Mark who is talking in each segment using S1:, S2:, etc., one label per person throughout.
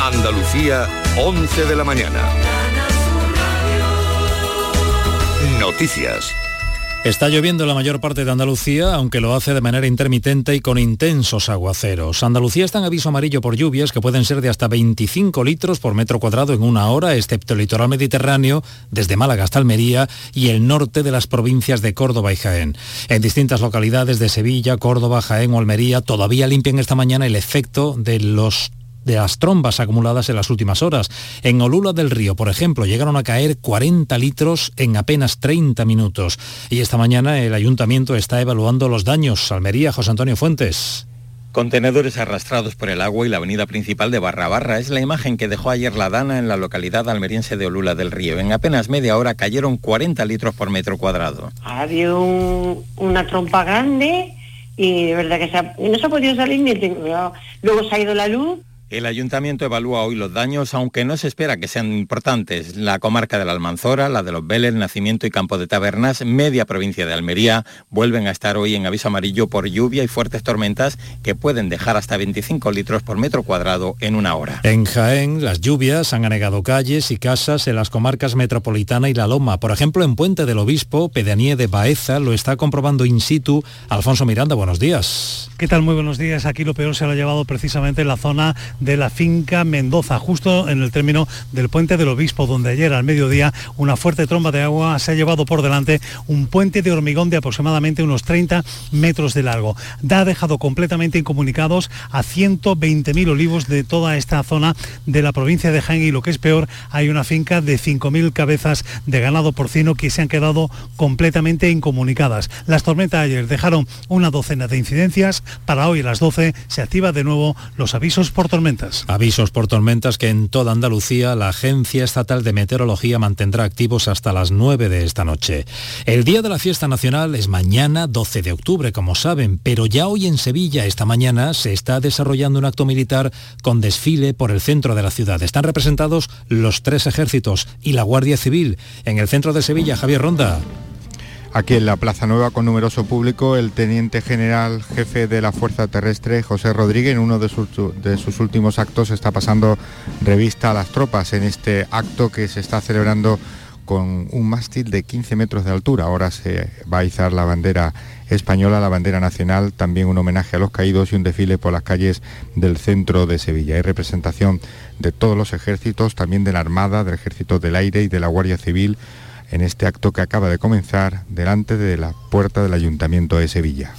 S1: Andalucía, 11 de la mañana. Noticias.
S2: Está lloviendo en la mayor parte de Andalucía, aunque lo hace de manera intermitente y con intensos aguaceros. Andalucía está en aviso amarillo por lluvias que pueden ser de hasta 25 litros por metro cuadrado en una hora, excepto el litoral mediterráneo, desde Málaga hasta Almería y el norte de las provincias de Córdoba y Jaén. En distintas localidades de Sevilla, Córdoba, Jaén o Almería todavía limpian esta mañana el efecto de los de las trombas acumuladas en las últimas horas. En Olula del Río, por ejemplo, llegaron a caer 40 litros en apenas 30 minutos. Y esta mañana el ayuntamiento está evaluando los daños. Almería, José Antonio Fuentes.
S3: Contenedores arrastrados por el agua y la avenida principal de Barra Barra es la imagen que dejó ayer la Dana en la localidad almeriense de Olula del Río. En apenas media hora cayeron 40 litros por metro cuadrado.
S4: Ha habido un, una trompa grande y de verdad que se ha, no se ha podido salir ni luego se ha ido la luz
S3: el ayuntamiento evalúa hoy los daños, aunque no se espera que sean importantes. La comarca de la Almanzora, la de los Vélez, Nacimiento y Campo de Tabernas, media provincia de Almería, vuelven a estar hoy en aviso amarillo por lluvia y fuertes tormentas que pueden dejar hasta 25 litros por metro cuadrado en una hora.
S2: En Jaén, las lluvias han anegado calles y casas en las comarcas metropolitana y La Loma. Por ejemplo, en Puente del Obispo, Pedanía de Baeza, lo está comprobando in situ. Alfonso Miranda, buenos días.
S5: ¿Qué tal? Muy buenos días. Aquí lo peor se lo ha llevado precisamente en la zona de la finca Mendoza, justo en el término del puente del Obispo, donde ayer al mediodía una fuerte tromba de agua se ha llevado por delante un puente de hormigón de aproximadamente unos 30 metros de largo. Da ha dejado completamente incomunicados a 120.000 olivos de toda esta zona de la provincia de Jaén y lo que es peor, hay una finca de 5.000 cabezas de ganado porcino que se han quedado completamente incomunicadas. Las tormentas ayer dejaron una docena de incidencias, para hoy a las 12 se activa de nuevo los avisos por tormenta.
S2: Avisos por tormentas que en toda Andalucía la Agencia Estatal de Meteorología mantendrá activos hasta las 9 de esta noche. El día de la fiesta nacional es mañana 12 de octubre, como saben, pero ya hoy en Sevilla, esta mañana, se está desarrollando un acto militar con desfile por el centro de la ciudad. Están representados los tres ejércitos y la Guardia Civil. En el centro de Sevilla, Javier Ronda.
S6: Aquí en la Plaza Nueva con numeroso público, el teniente general jefe de la Fuerza Terrestre, José Rodríguez, en uno de sus, de sus, últimos actos está pasando revista a las tropas en este acto que se está celebrando con un mástil de 15 metros de altura. Ahora se va a izar la bandera española, la bandera nacional, también un homenaje a los caídos y un desfile por las calles del centro de Sevilla. Hay representación de todos los ejércitos, también de la Armada, del Ejército del Aire y de la Guardia Civil en este acto que acaba de comenzar delante de la puerta del Ayuntamiento de Sevilla.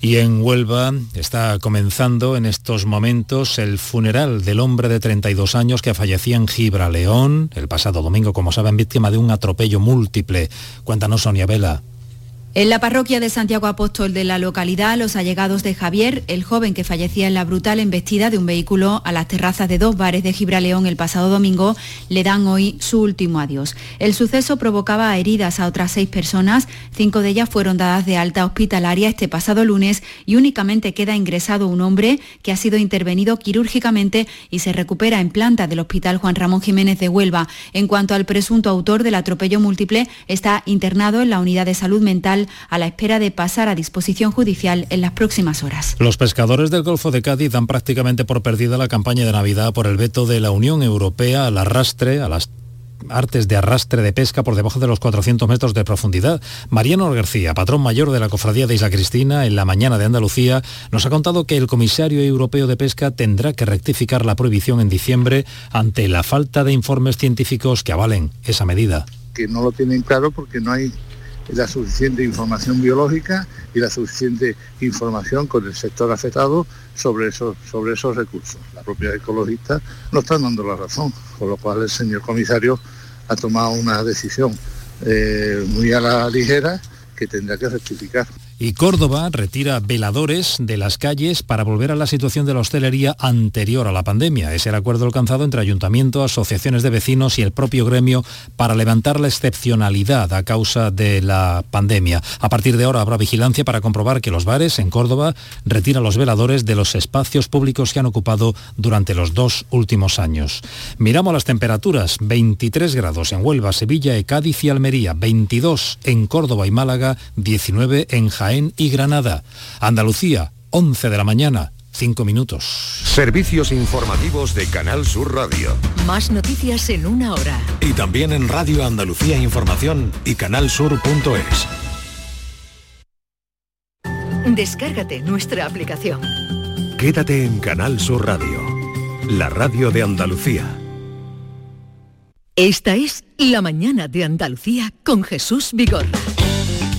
S2: Y en Huelva está comenzando en estos momentos el funeral del hombre de 32 años que fallecía en Gibra León el pasado domingo, como saben, víctima de un atropello múltiple. Cuéntanos Sonia Vela.
S7: En la parroquia de Santiago Apóstol de la localidad, los allegados de Javier, el joven que fallecía en la brutal embestida de un vehículo a las terrazas de dos bares de Gibraleón el pasado domingo, le dan hoy su último adiós. El suceso provocaba heridas a otras seis personas, cinco de ellas fueron dadas de alta hospitalaria este pasado lunes y únicamente queda ingresado un hombre que ha sido intervenido quirúrgicamente y se recupera en planta del Hospital Juan Ramón Jiménez de Huelva. En cuanto al presunto autor del atropello múltiple, está internado en la unidad de salud mental a la espera de pasar a disposición judicial en las próximas horas.
S2: Los pescadores del Golfo de Cádiz dan prácticamente por perdida la campaña de Navidad por el veto de la Unión Europea al arrastre, a las artes de arrastre de pesca por debajo de los 400 metros de profundidad. Mariano García, patrón mayor de la Cofradía de Isla Cristina, en la mañana de Andalucía, nos ha contado que el comisario europeo de pesca tendrá que rectificar la prohibición en diciembre ante la falta de informes científicos que avalen esa medida.
S8: Que no lo tienen claro porque no hay la suficiente información biológica y la suficiente información con el sector afectado sobre esos, sobre esos recursos. La propia ecologista no está dando la razón, con lo cual el señor comisario ha tomado una decisión eh, muy a la ligera que tendrá que rectificar.
S2: Y Córdoba retira veladores de las calles para volver a la situación de la hostelería anterior a la pandemia. Es el acuerdo alcanzado entre ayuntamiento, asociaciones de vecinos y el propio gremio para levantar la excepcionalidad a causa de la pandemia. A partir de ahora habrá vigilancia para comprobar que los bares en Córdoba retiran los veladores de los espacios públicos que han ocupado durante los dos últimos años. Miramos las temperaturas. 23 grados en Huelva, Sevilla, Cádiz y Almería. 22 en Córdoba y Málaga. 19 en Jaén y Granada. Andalucía, 11 de la mañana. 5 minutos.
S1: Servicios informativos de Canal Sur Radio.
S9: Más noticias en una hora.
S10: Y también en Radio Andalucía Información y canalsur.es.
S9: Descárgate nuestra aplicación.
S10: Quédate en Canal Sur Radio, la radio de Andalucía.
S9: Esta es La mañana de Andalucía con Jesús Vigorra.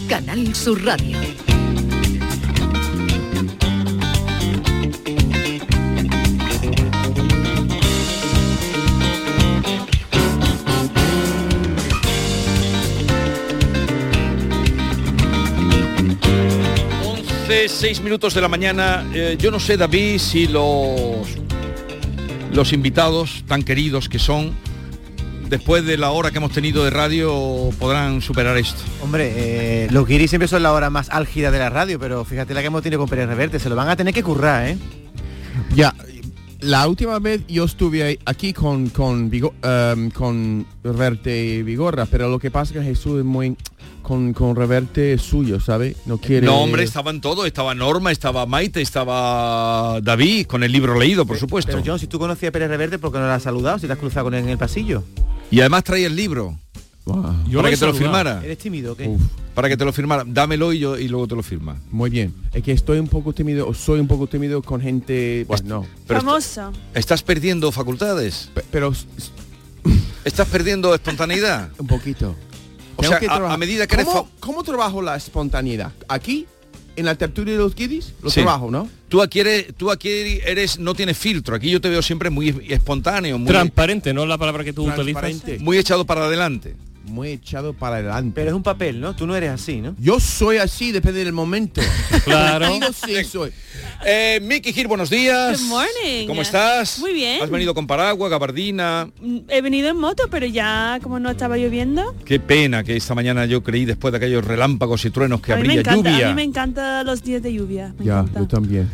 S9: Canal Sur Radio.
S11: seis minutos de la mañana. Eh, yo no sé, David, si los, los invitados tan queridos que son, después de la hora que hemos tenido de radio, podrán superar esto.
S12: Hombre, eh, los guiris siempre son la hora más álgida de la radio, pero fíjate la que hemos tenido con Pérez Reverte, se lo van a tener que currar, ¿eh?
S13: Ya, la última vez yo estuve aquí con con, Vigo- em, con Reverte y Vigorra, pero lo que pasa es que Jesús es muy con, con Reverte es suyo, ¿sabe? No quiere.
S11: No, hombre, estaban todos. Estaba Norma, estaba Maite, estaba David, con el libro leído, por supuesto.
S12: Pero John, si tú conocías a Pérez Reverte, ¿por qué no la has saludado si te has cruzado con él en el pasillo?
S11: Y además traía el libro.
S12: Yo
S11: para
S12: lo he
S11: que te lo
S12: saludado.
S11: firmara.
S12: ¿Eres tímido o qué?
S11: Para que te lo firmara. Dámelo y, yo, y luego te lo firma.
S13: Muy bien. Es que estoy un poco tímido, o soy un poco tímido con gente.
S11: Pues
S13: Bueno, no.
S14: Famosa.
S11: Estás perdiendo facultades.
S13: Pero
S11: estás perdiendo espontaneidad.
S13: un poquito.
S11: O sea,
S13: Tengo
S11: a-
S13: trabajar.
S11: a medida que eres
S13: ¿Cómo,
S11: fa-
S13: ¿Cómo trabajo la espontaneidad? Aquí, en la tertulia de los kiddies, lo
S11: Sí.
S13: trabajo, ¿no?
S11: Tú aquí eres, tú aquí eres, no tienes filtro. Aquí yo te veo siempre muy espontáneo, muy
S15: Transparente, ¿no? La palabra que tú utilizas.
S13: Transparente.
S11: muy echado para adelante.
S13: Muy echado para adelante.
S12: Pero es un papel, ¿no? Tú no eres así, ¿no?
S13: Yo soy así, depende del momento.
S12: Claro.
S13: Digo sí soy.
S11: Eh, Miki Gil, buenos días.
S14: Good morning.
S11: ¿Cómo estás?
S14: Muy bien.
S11: Has venido con paraguas, gabardina.
S14: Mm, He venido en moto, pero ya como no estaba lloviendo.
S11: Qué pena que esta mañana yo creí después de aquellos relámpagos y truenos que
S14: a mí
S11: habría
S14: me encanta,
S11: lluvia.
S14: a mí me encantan los días de lluvia. Me
S13: Ya,
S14: encanta.
S13: yo también.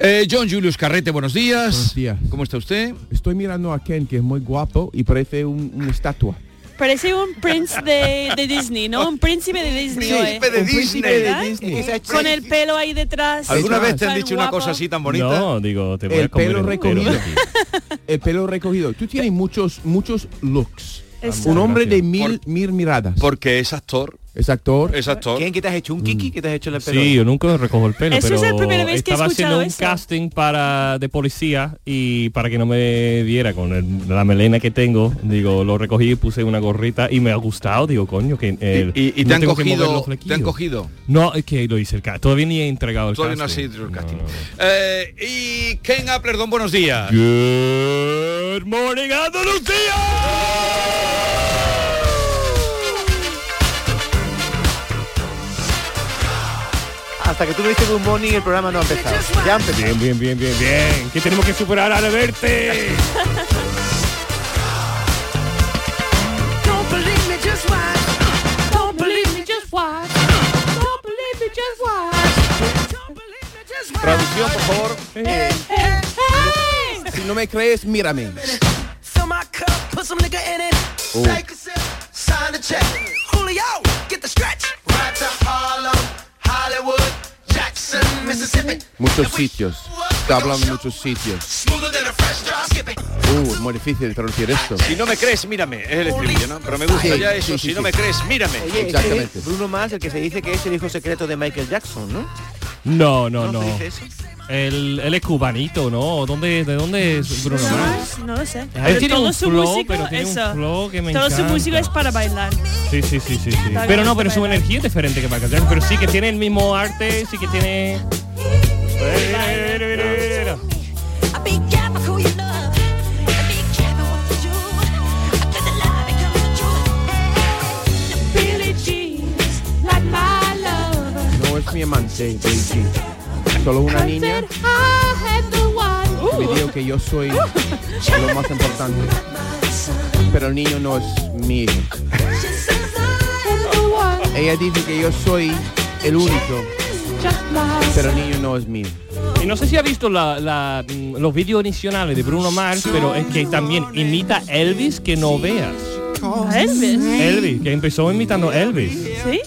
S11: Eh, John Julius Carrete, buenos días.
S13: Buenos días.
S11: ¿Cómo está usted?
S13: Estoy mirando a Ken, que es muy guapo y parece un- una estatua.
S14: Parece un prince de, de Disney, ¿no? Un príncipe de Disney.
S11: Un
S14: hoy.
S11: príncipe de Un príncipe de
S14: ¿Verdad?
S11: Disney.
S14: Con el pelo ahí detrás.
S11: ¿Alguna vez te han
S14: Tan
S11: dicho una
S14: guapo.
S11: cosa así tan bonita?
S15: No, digo, te voy
S13: El
S15: a comer
S13: pelo
S15: entero de
S13: recogido.
S15: ti.
S13: El pelo recogido. Tú tienes muchos, muchos looks.
S14: Exacto.
S13: Un hombre de mil, mil miradas.
S11: Porque es actor.
S13: Es actor.
S11: Es actor.
S12: ¿Quién que te has hecho un kiki que te has hecho en el pelo?
S15: Sí, yo nunca recojo el pelo,
S14: Eso es
S15: pero
S14: la primera vez que he
S15: estaba haciendo
S14: escuchado
S15: un
S14: eso.
S15: casting para de policía y para que no me viera con el- la melena que tengo, digo, lo recogí y puse una gorrita y me ha gustado, digo, coño, que Mm, el-
S11: Y, y te,
S15: no
S11: han
S15: tengo que mover
S11: cogido,
S15: los
S11: te han
S15: flequillos.
S11: cogido.
S15: No, es que lo hice el casting. Todavía ni he entregado el
S11: Todavía no has
S15: casting.
S11: ido el casting. Eh, y Ken Apler, don, buenos días.
S15: Good morning, Andalucía.
S12: Hasta que tú me dices Good Morning el programa no ha empezado. Ya ha empezado.
S15: Bien, bien, bien, bien, bien. Que tenemos que superar a verte.
S9: Don't believe me, just watch. Don't believe me, just watch. Don't believe me, just watch. Don't believe me, just watch.
S11: Traducción, por favor.
S9: Hey, hey, hey.
S13: Si no me crees, mírame.
S9: Fill my cup, put some nigga in it.
S13: Oh.
S9: Take a sip, sign the check. Julio, get the stretch. Right to Harlem, Hollywood, Jackson, Mississippi.
S13: Muchos sitios. Te hablan de muchos sitios.
S9: Smoother than a fresh drop. Skip it.
S13: Uh, es muy difícil traducir esto.
S11: Si no me crees, mírame. Es el estribillo, ¿no? Pero me gusta
S13: Sí,
S11: ya
S13: sí,
S11: eso.
S13: sí,
S11: si no
S13: sí.
S11: me crees, mírame.
S12: Oye, este
S13: Exactamente.
S12: es Bruno Mars, el que se dice que es el hijo secreto de Michael Jackson, ¿no?
S15: No, no, no.
S12: se dice eso?
S15: Él, él es cubanito, ¿no? ¿Dónde, ¿De dónde es Bruno
S14: No,
S15: Mars?
S14: no lo sé.
S15: Él tiene
S14: todo
S15: un
S14: su
S15: flow,
S14: músico,
S15: pero tiene un
S14: eso.
S15: flow que me
S14: Todo su
S15: encanta.
S14: músico es para bailar.
S15: Sí, sí, sí, sí, sí.
S14: Está
S15: Pero
S14: bien,
S15: no, pero
S14: está
S15: su
S14: bien.
S15: energía es diferente que Michael Jackson. Pero sí que tiene el mismo arte, sí que tiene...
S13: No es mi amante, Daisy. Solo una niña que me dijo que yo soy lo más importante. Pero el niño no es mi hijo. Ella dice que yo soy el único, pero el niño no es mío.
S15: Y no sé si ha visto la- la, mm, los vídeos iniciales de Bruno Mars, pero es que también imita Elvis que no veas.
S14: ¿A Elvis?
S15: Elvis, que empezó imitando Elvis.
S14: ¿Sí?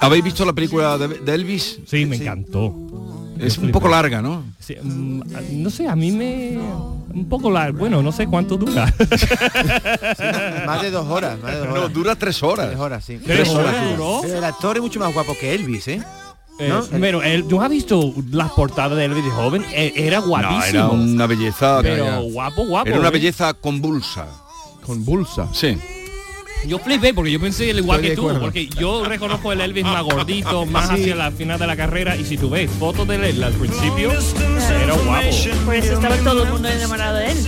S11: ¿Habéis visto la película de, de Elvis?
S15: Sí, me encantó.
S11: Es un poco larga, ¿no?
S15: Sí, mm, a- no sé, a mí me... Un poco largo. Bueno, no sé cuánto dura.
S12: Más de dos horas, más de dos
S11: No,
S12: horas.
S11: dura tres horas.
S12: Tres horas, sí.
S15: ¿Tres horas duró?
S12: Pero el actor es mucho más guapo que Elvis, ¿eh?
S15: Eh,
S12: ¿No?
S15: Pero él, ¿tú has visto las portadas de Elvis de joven? Eh, era guapísimo.
S11: No, era una belleza.
S15: Pero
S11: ya.
S15: guapo, guapo,
S11: Era una
S15: ¿eh?
S11: belleza convulsa. Convulsa. Sí.
S15: Yo flipé porque yo pensé el igual
S11: Estoy de
S15: que tú,
S11: acuerdo.
S15: porque yo reconozco el Elvis más gordito, más hacia la final de la carrera y si tú ves fotos de él al principio, era
S14: Por
S15: guapo.
S14: eso Pues estaba todo el mundo enamorado de él.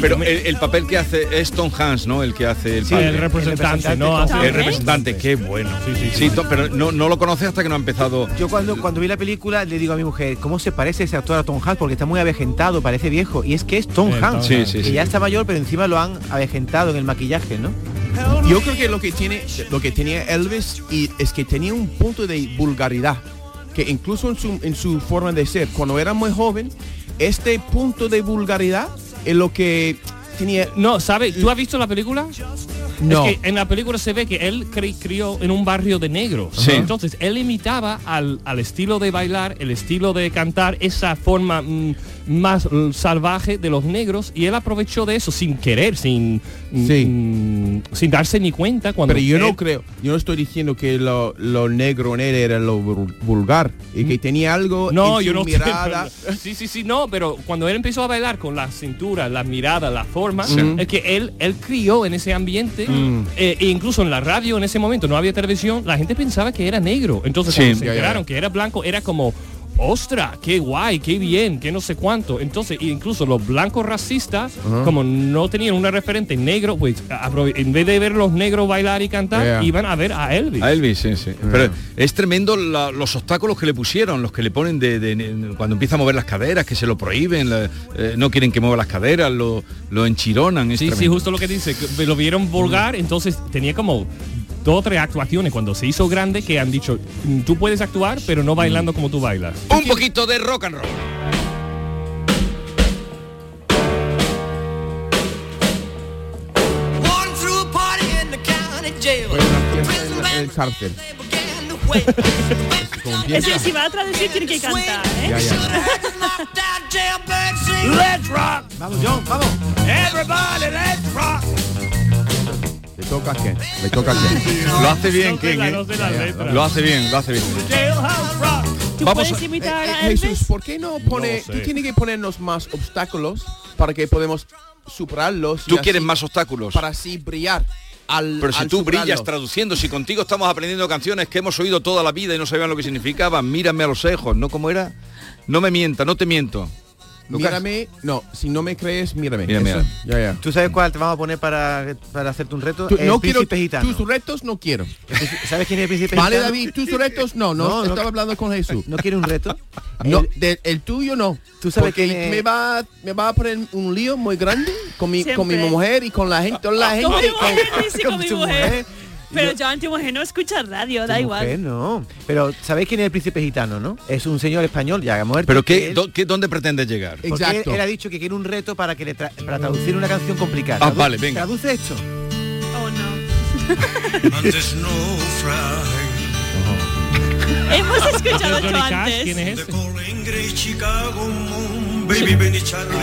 S11: Pero el, el papel que hace es Tom Hanks, ¿no? El que hace el
S15: Sí,
S11: padre.
S15: el representante, ¿no? Hace-
S11: El representante, qué bueno. Sí, to- pero no, no lo conoce hasta que no ha empezado.
S12: Yo cuando, cuando vi la película le digo a mi mujer, ¿cómo se parece ese actor a Tom Hanks? Porque está muy avejentado, parece viejo. Y es que es Tom
S11: Sí, Tom
S12: Hanks,
S11: Sí, Hanks. sí,
S12: que
S11: sí.
S12: ya está mayor, pero encima lo han avejentado en el maquillaje, ¿no?
S13: Yo creo que lo que tiene lo que tenía Elvis y es que tenía un punto de vulgaridad que incluso en su, en su forma de ser cuando era muy joven este punto de vulgaridad es lo que tenía
S15: no sabes tú has visto la película
S13: no
S15: Es que en la película se ve que él cri- crió en un barrio de negros.
S11: Sí.
S15: Entonces, él imitaba al, al estilo de bailar, el estilo de cantar, esa forma mm, más mm, salvaje de los negros y él aprovechó de eso sin querer, sin, mm, mm, sin darse ni cuenta cuando...
S13: pero yo
S15: él-
S13: no creo yo no estoy diciendo que lo, lo negro en él era lo vul- vulgar y que tenía algo
S15: No,
S13: en
S15: yo
S13: su
S15: no sé,
S13: mirada
S15: pero- sí, sí, sí, no, pero cuando él empezó a bailar con la cintura, la mirada, la forma,
S13: Sí.
S15: es que él, él crió en ese ambiente,
S13: Mm.
S15: eh, e incluso en la radio en ese momento no había televisión, la gente pensaba que era negro. Entonces
S11: Sí.
S15: cuando se
S11: Ya, ya, ya.
S15: enteraron que era blanco, era como. Ostra, qué guay, qué bien, qué no sé cuánto. Entonces, e incluso los blancos racistas,
S11: Ajá.
S15: como no tenían una referente negro, pues aprove- en vez de ver los negros bailar y cantar,
S11: Ya.
S15: iban a ver a Elvis.
S11: A Elvis, sí, sí.
S15: Ah.
S11: Pero es tremendo la- los obstáculos que le pusieron, los que le ponen de, de- cuando empieza a mover las caderas, que se lo prohíben, la- eh, no quieren que mueva las caderas, lo, lo enchironan. es
S15: Sí, sí,
S11: tremendo.
S15: justo lo que dice, que lo vieron vulgar, entonces tenía como dos o tres actuaciones cuando se hizo grande que han dicho, "Mm, tú puedes actuar, pero no bailando como tú bailas.
S11: Un poquito de rock and roll.
S9: Warden threw a party in the county jail.
S13: en la- en el cárcel Como
S14: Es
S13: piensa.
S14: que si va a traducir tiene que cantar, ¿eh?
S13: Ya, ya.
S9: Let's rock!
S12: Vamos, John, vamos.
S9: Everybody, let's rock!
S13: le toca a Ken le toca a Ken
S11: Lo hace bien, Ken, ¿eh? Lo hace bien, lo hace bien.
S9: Jailhouse rock!
S14: ¿Tú
S13: Vamos
S14: puedes
S13: a-
S14: imitar
S13: Eh, eh,
S14: a Elvis?
S13: Jesús, ¿por qué no pone?
S11: No sé.
S13: Tú tienes que ponernos más obstáculos para que podemos superarlos. y
S11: Tú
S13: así-
S11: quieres más obstáculos.
S13: para así brillar. Al,
S11: Pero si
S13: al
S11: tú
S13: superarlos.
S11: brillas traduciendo, si contigo estamos aprendiendo canciones que hemos oído toda la vida y no sabían lo que significaban, mírame a los ojos, ¿no? ¿Cómo era? No me mienta, no te miento. Lucas.
S13: mírame, no, si no me crees, mírame.
S11: Mírame,
S13: Eso,
S11: mírame.
S13: Ya, ya.
S12: ¿Tú sabes cuál te vamos a poner para, para hacerte un reto?
S13: Tú-
S12: El
S13: no quiero
S12: príncipe gitano.
S13: tus retos, no quiero.
S12: ¿Sabes quién es el príncipe
S13: Vale,
S12: gitano?
S13: David, tus retos, no, no,
S12: No, no.
S13: estaba hablando con Jesús.
S12: ¿No quiere un reto?
S13: No,
S12: El-
S13: de- el tuyo no.
S12: Tú sabes
S13: porque
S12: quién es-
S13: me va, me va a poner un lío muy grande con mi, con mi
S14: Siempre.
S13: mujer y con la gente, toda la
S14: Con mi
S13: gente.
S14: mujer, dice con mi
S13: tu
S14: mujer. Pero yo ante mujer no escucha radio, da
S12: tu
S14: igual.
S12: mujer, no. Pero ¿sabéis quién es el príncipe gitano, no? Es un señor español ya muerto.
S11: ¿Pero
S12: que
S11: qué,
S12: él-
S11: do- qué- dónde pretendes llegar?
S12: Porque
S13: Exacto.
S12: Él, él ha dicho que quiere un reto para que le tra- para traducir una canción complicada.
S11: Ah,
S12: Tradu-
S11: vale, venga.
S12: Traduce esto.
S14: Oh, no. Hemos escuchado
S15: Johnny
S14: esto
S15: Cash, ¿quién
S14: antes.
S15: es ese?
S9: Baby, Benny Charlie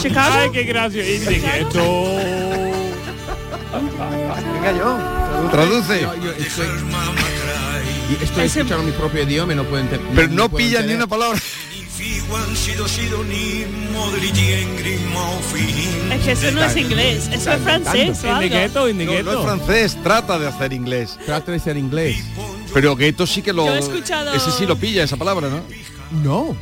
S14: Chicago.
S15: Ay, qué gracia. Y dije, esto...
S12: Venga, yo.
S11: Traduce.
S13: No, yo estoy, y estoy
S14: Ese-
S13: escuchando mi propio idioma y no pueden ente-
S11: Pero no
S13: puedo
S11: pillas ni
S13: entender.
S11: una palabra.
S14: Es que eso no es inglés, eso es francés o
S15: In the
S14: algo.
S15: ghetto, in the
S11: No, no es
S15: ghetto.
S11: francés, trata de hacer inglés.
S13: Trata de ser inglés.
S11: Pero que esto sí que lo...
S14: Yo he escuchado-
S11: Ese sí lo pilla, esa palabra, ¿no?
S13: No.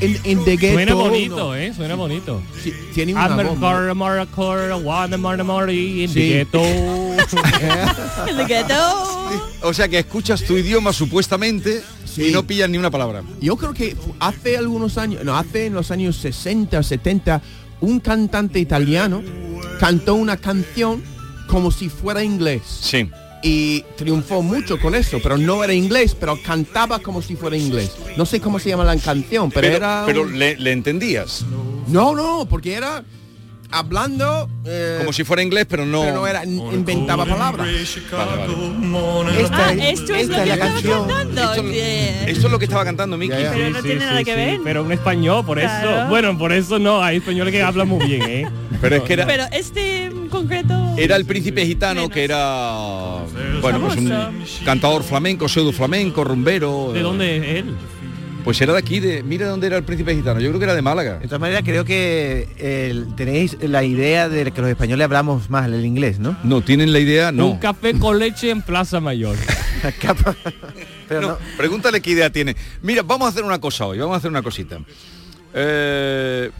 S13: En, en The Ghetto.
S15: Suena bonito,
S13: no.
S15: ¿eh? Suena bonito.
S13: Sí, tiene una
S15: Amor,
S13: bomba.
S15: cor, amor, cor, one, amor, amor, y in the
S13: Sí.
S15: ghetto.
S14: In the ghetto.
S11: O sea que escuchas tu idioma supuestamente
S13: Sí.
S11: y no pillas ni una palabra.
S13: Yo creo que fu- hace algunos años, no, hace en los años 60, 70, un cantante italiano cantó una canción como si fuera inglés.
S11: Sí.
S13: Y triunfó mucho con eso, pero no era inglés, pero cantaba como si fuera inglés. No sé cómo se llama la canción, pero,
S11: Pero,
S13: era...
S11: pero
S13: un-
S11: le, le entendías.
S13: No, no, porque era hablando... eh,
S11: Como si fuera inglés, pero no...
S13: pero no era, inventaba palabras.
S11: Vale, vale.
S13: Esta es- esta es la canción.
S15: Esto-
S11: Esto es lo que estaba cantando Miki.
S15: Sí, sí, sí, sí, Pero un español, por
S14: Claro.
S15: eso. Bueno, por eso no, hay españoles que hablan muy bien, ¿eh?
S11: Pero es que era,
S14: Pero este en concreto...
S11: era el príncipe gitano que era bueno, pues un cantador flamenco, pseudo flamenco, rumbero.
S15: ¿De
S11: eh,
S15: dónde es él?
S11: Pues era de aquí, de mira dónde era el príncipe gitano. Yo creo que era de Málaga.
S12: De todas maneras, creo que eh, tenéis la idea de que los españoles hablamos más el inglés, ¿no?
S11: No, tienen la idea,
S15: Un café con leche en Plaza Mayor.
S11: No, Pregúntale qué idea tiene. Mira, vamos a hacer una cosa hoy, vamos a hacer una cosita. Eh,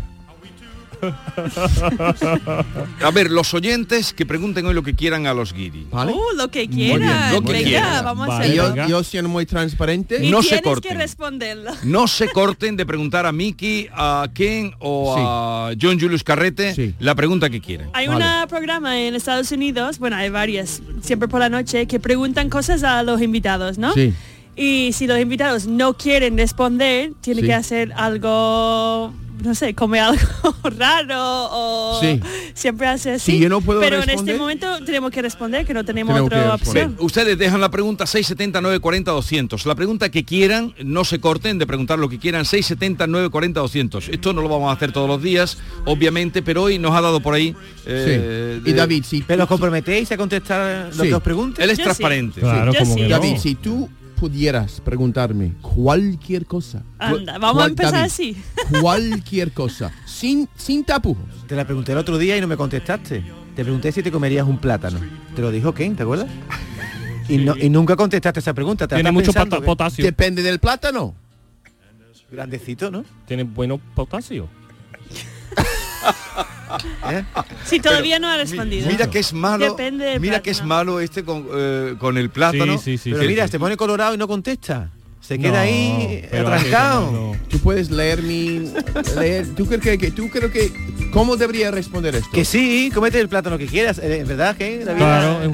S11: a ver, los oyentes que pregunten hoy lo que quieran a los guiri.
S14: Uh, lo que
S11: bien,
S14: quiera.
S11: lo que
S14: venga,
S11: quiera.
S14: vamos
S11: Vale,
S14: a
S11: Y yo-
S14: hacerlo.
S11: venga.
S13: Yo siendo muy transparente.
S14: Y
S11: no se
S14: tienes que
S11: corten.
S14: responderlo.
S11: No se corten de preguntar a Miki, a Ken o a John Julius Carrete la pregunta que quieran.
S14: Hay un programa en Estados Unidos, bueno, hay varias, siempre por la noche, que preguntan cosas a los invitados, ¿no?
S11: Sí.
S14: Y si los invitados no quieren responder, tiene
S13: Sí.
S14: que hacer algo, no sé, come algo raro o
S13: Sí.
S14: siempre hace así.
S11: Si yo no puedo
S14: Pero en
S11: responder-
S14: este momento tenemos que responder, que no tenemos otra opción.
S11: Bien, Ustedes dejan la pregunta 670-940-200. La pregunta que quieran, no se corten de preguntar lo que quieran, 670-940-200. Esto no lo vamos a hacer todos los días, obviamente, pero hoy nos ha dado por ahí... eh, de-
S13: si
S12: ¿Pero os comprometéis a contestar lo
S13: Sí.
S12: que os pregunte?
S11: Él es Yo sí. transparente.
S15: Claro, Yo como sí. que no.
S13: David, si tú pudieras preguntarme cualquier cosa.
S14: Anda,
S13: cu-
S14: vamos a
S13: cual-
S14: empezar
S13: David,
S14: así.
S13: Cualquier cosa, sin, sin tapujos.
S12: Te la pregunté el otro día y no me contestaste. Te pregunté si te comerías un plátano. Te lo dijo Ken, ¿te acuerdas? Y, no- y nunca contestaste esa pregunta. Te la estás pensando, ¿eh? ¿qué?
S13: Depende del plátano.
S12: Grandecito, ¿no?
S15: Tiene bueno potasio.
S14: Si todavía no ha
S11: mi-
S14: respondido.
S11: Mira que es malo.
S14: Depende del
S11: mira que es malo este con, eh, con el plátano.
S15: Sí,
S11: este
S15: sí, sí,
S12: Pero
S11: Que-
S12: mira, te pone colorado y no contesta. Se queda
S11: No,
S12: ahí
S15: pero
S12: atrascado.
S13: Tú puedes leer mi... leer- ¿Tú crees que, que- tú creo que... ¿Cómo debería responder esto?
S12: Que sí, comete el plátano que quieras, eh, en verdad, que David?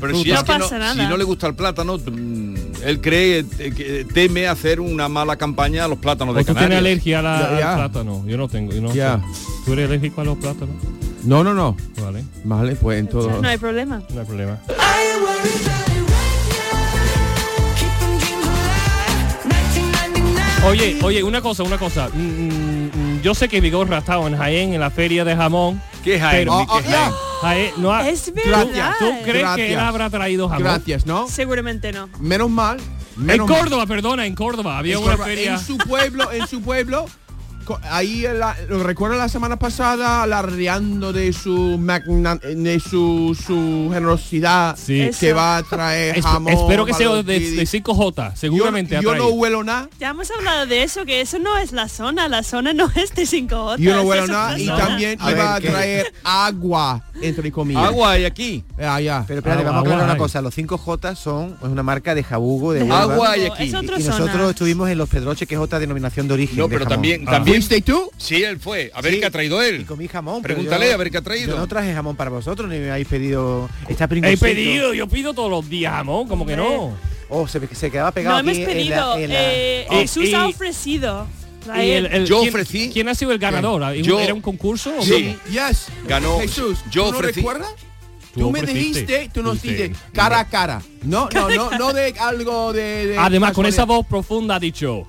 S11: Pero si, es que no, si no le gusta el plátano, mm, él cree, eh, que teme hacer una mala campaña a los plátanos de
S15: O tú
S11: Canarias.
S15: tienes alergia a la-
S11: Ya, ya.
S15: al plátano. Yo no tengo. Yo no
S13: Ya.
S15: sé. ¿Tú eres alérgico a los plátanos?
S13: No, no, no.
S15: Vale.
S13: Vale, pues en todo...
S14: No hay problema.
S15: No hay problema. Oye, oye, una cosa, una cosa. Mm, mm, mm, yo sé que Vigorra ha estado en Jaén, en la feria de jamón.
S11: ¿Qué Jaén,
S15: pero-
S11: mi- qué Oh, oh, Jaén? ya.
S15: Jaén no ha-
S14: Es
S15: ¿Tú-
S14: verdad.
S15: ¿Tú crees que él
S13: Gracias.
S15: habrá traído jamón?
S13: Gracias, ¿no?
S14: Seguramente no.
S13: Menos mal.
S15: En
S13: menos mal.
S15: Córdoba, perdona, en Córdoba. Había
S13: En
S15: una
S13: Córdoba,
S15: feria.
S13: En su pueblo, en su pueblo. co- Ahí la- lo recuerdo la semana pasada alardeando de su magna, de su, su generosidad que
S15: Eso.
S13: va a traer
S15: Esp-
S13: jamón.
S15: espero que sea
S13: para los
S15: de,
S13: kiddies.
S15: de 5J, seguramente ha
S13: yo no
S15: traído.
S13: huelo nada.
S14: Ya hemos hablado de eso, que eso no es la zona, la zona no es de 5
S13: Yo no huelo nada y
S12: No.
S13: también
S12: A
S13: iba
S12: ver,
S13: a
S12: ¿qué?
S13: traer agua entre comillas.
S12: Agua
S11: hay aquí.
S15: Eh, ah,
S13: Allá.
S12: Pero espérate, vamos a aclarar una cosa. Los 5J son es una marca de jabugo, de
S13: De
S12: hierba.
S13: Agua hay aquí. Es otra
S12: Y nosotros
S13: zona.
S12: estuvimos en los Pedroches, que es otra denominación de origen.
S11: No,
S12: de
S11: pero
S12: jamón.
S11: también,
S15: Ah.
S11: también.
S13: ¿Fuiste tú?
S11: Sí, él fue. A ver qué ha traído él.
S12: comí jamón. pero
S11: Pregúntale
S12: yo-
S11: a ver qué ha traído.
S12: Yo no traje jamón para vosotros, ni me habéis pedido. Está
S15: He pedido, yo pido todos los días jamón, como que no.
S12: Oh, se, se quedaba pegado.
S14: No
S12: aquí
S14: hemos
S12: en la-
S14: pedido.
S12: en la-
S14: eh,
S15: Oh,
S14: Jesús
S15: y-
S14: ha ofrecido.
S15: Y
S14: traer-
S15: el- el- ¿quién- ¿Quién ha sido el ganador? ¿Era un-
S11: Yo-
S15: ¿Era un concurso? o
S11: Sí.
S15: cómo?
S13: Yes.
S11: Ganó.
S13: Jesús,
S11: Yo
S13: ¿tú no
S11: ofrecí-
S13: recuerdas?
S15: Tú
S13: Tú, me
S15: ofreciste.
S13: dijiste, tú nos
S15: Sí.
S13: dijiste cara a cara. No, no, no, no de algo de. de
S15: Además, con esa
S13: casualidad.
S15: voz profunda ha dicho,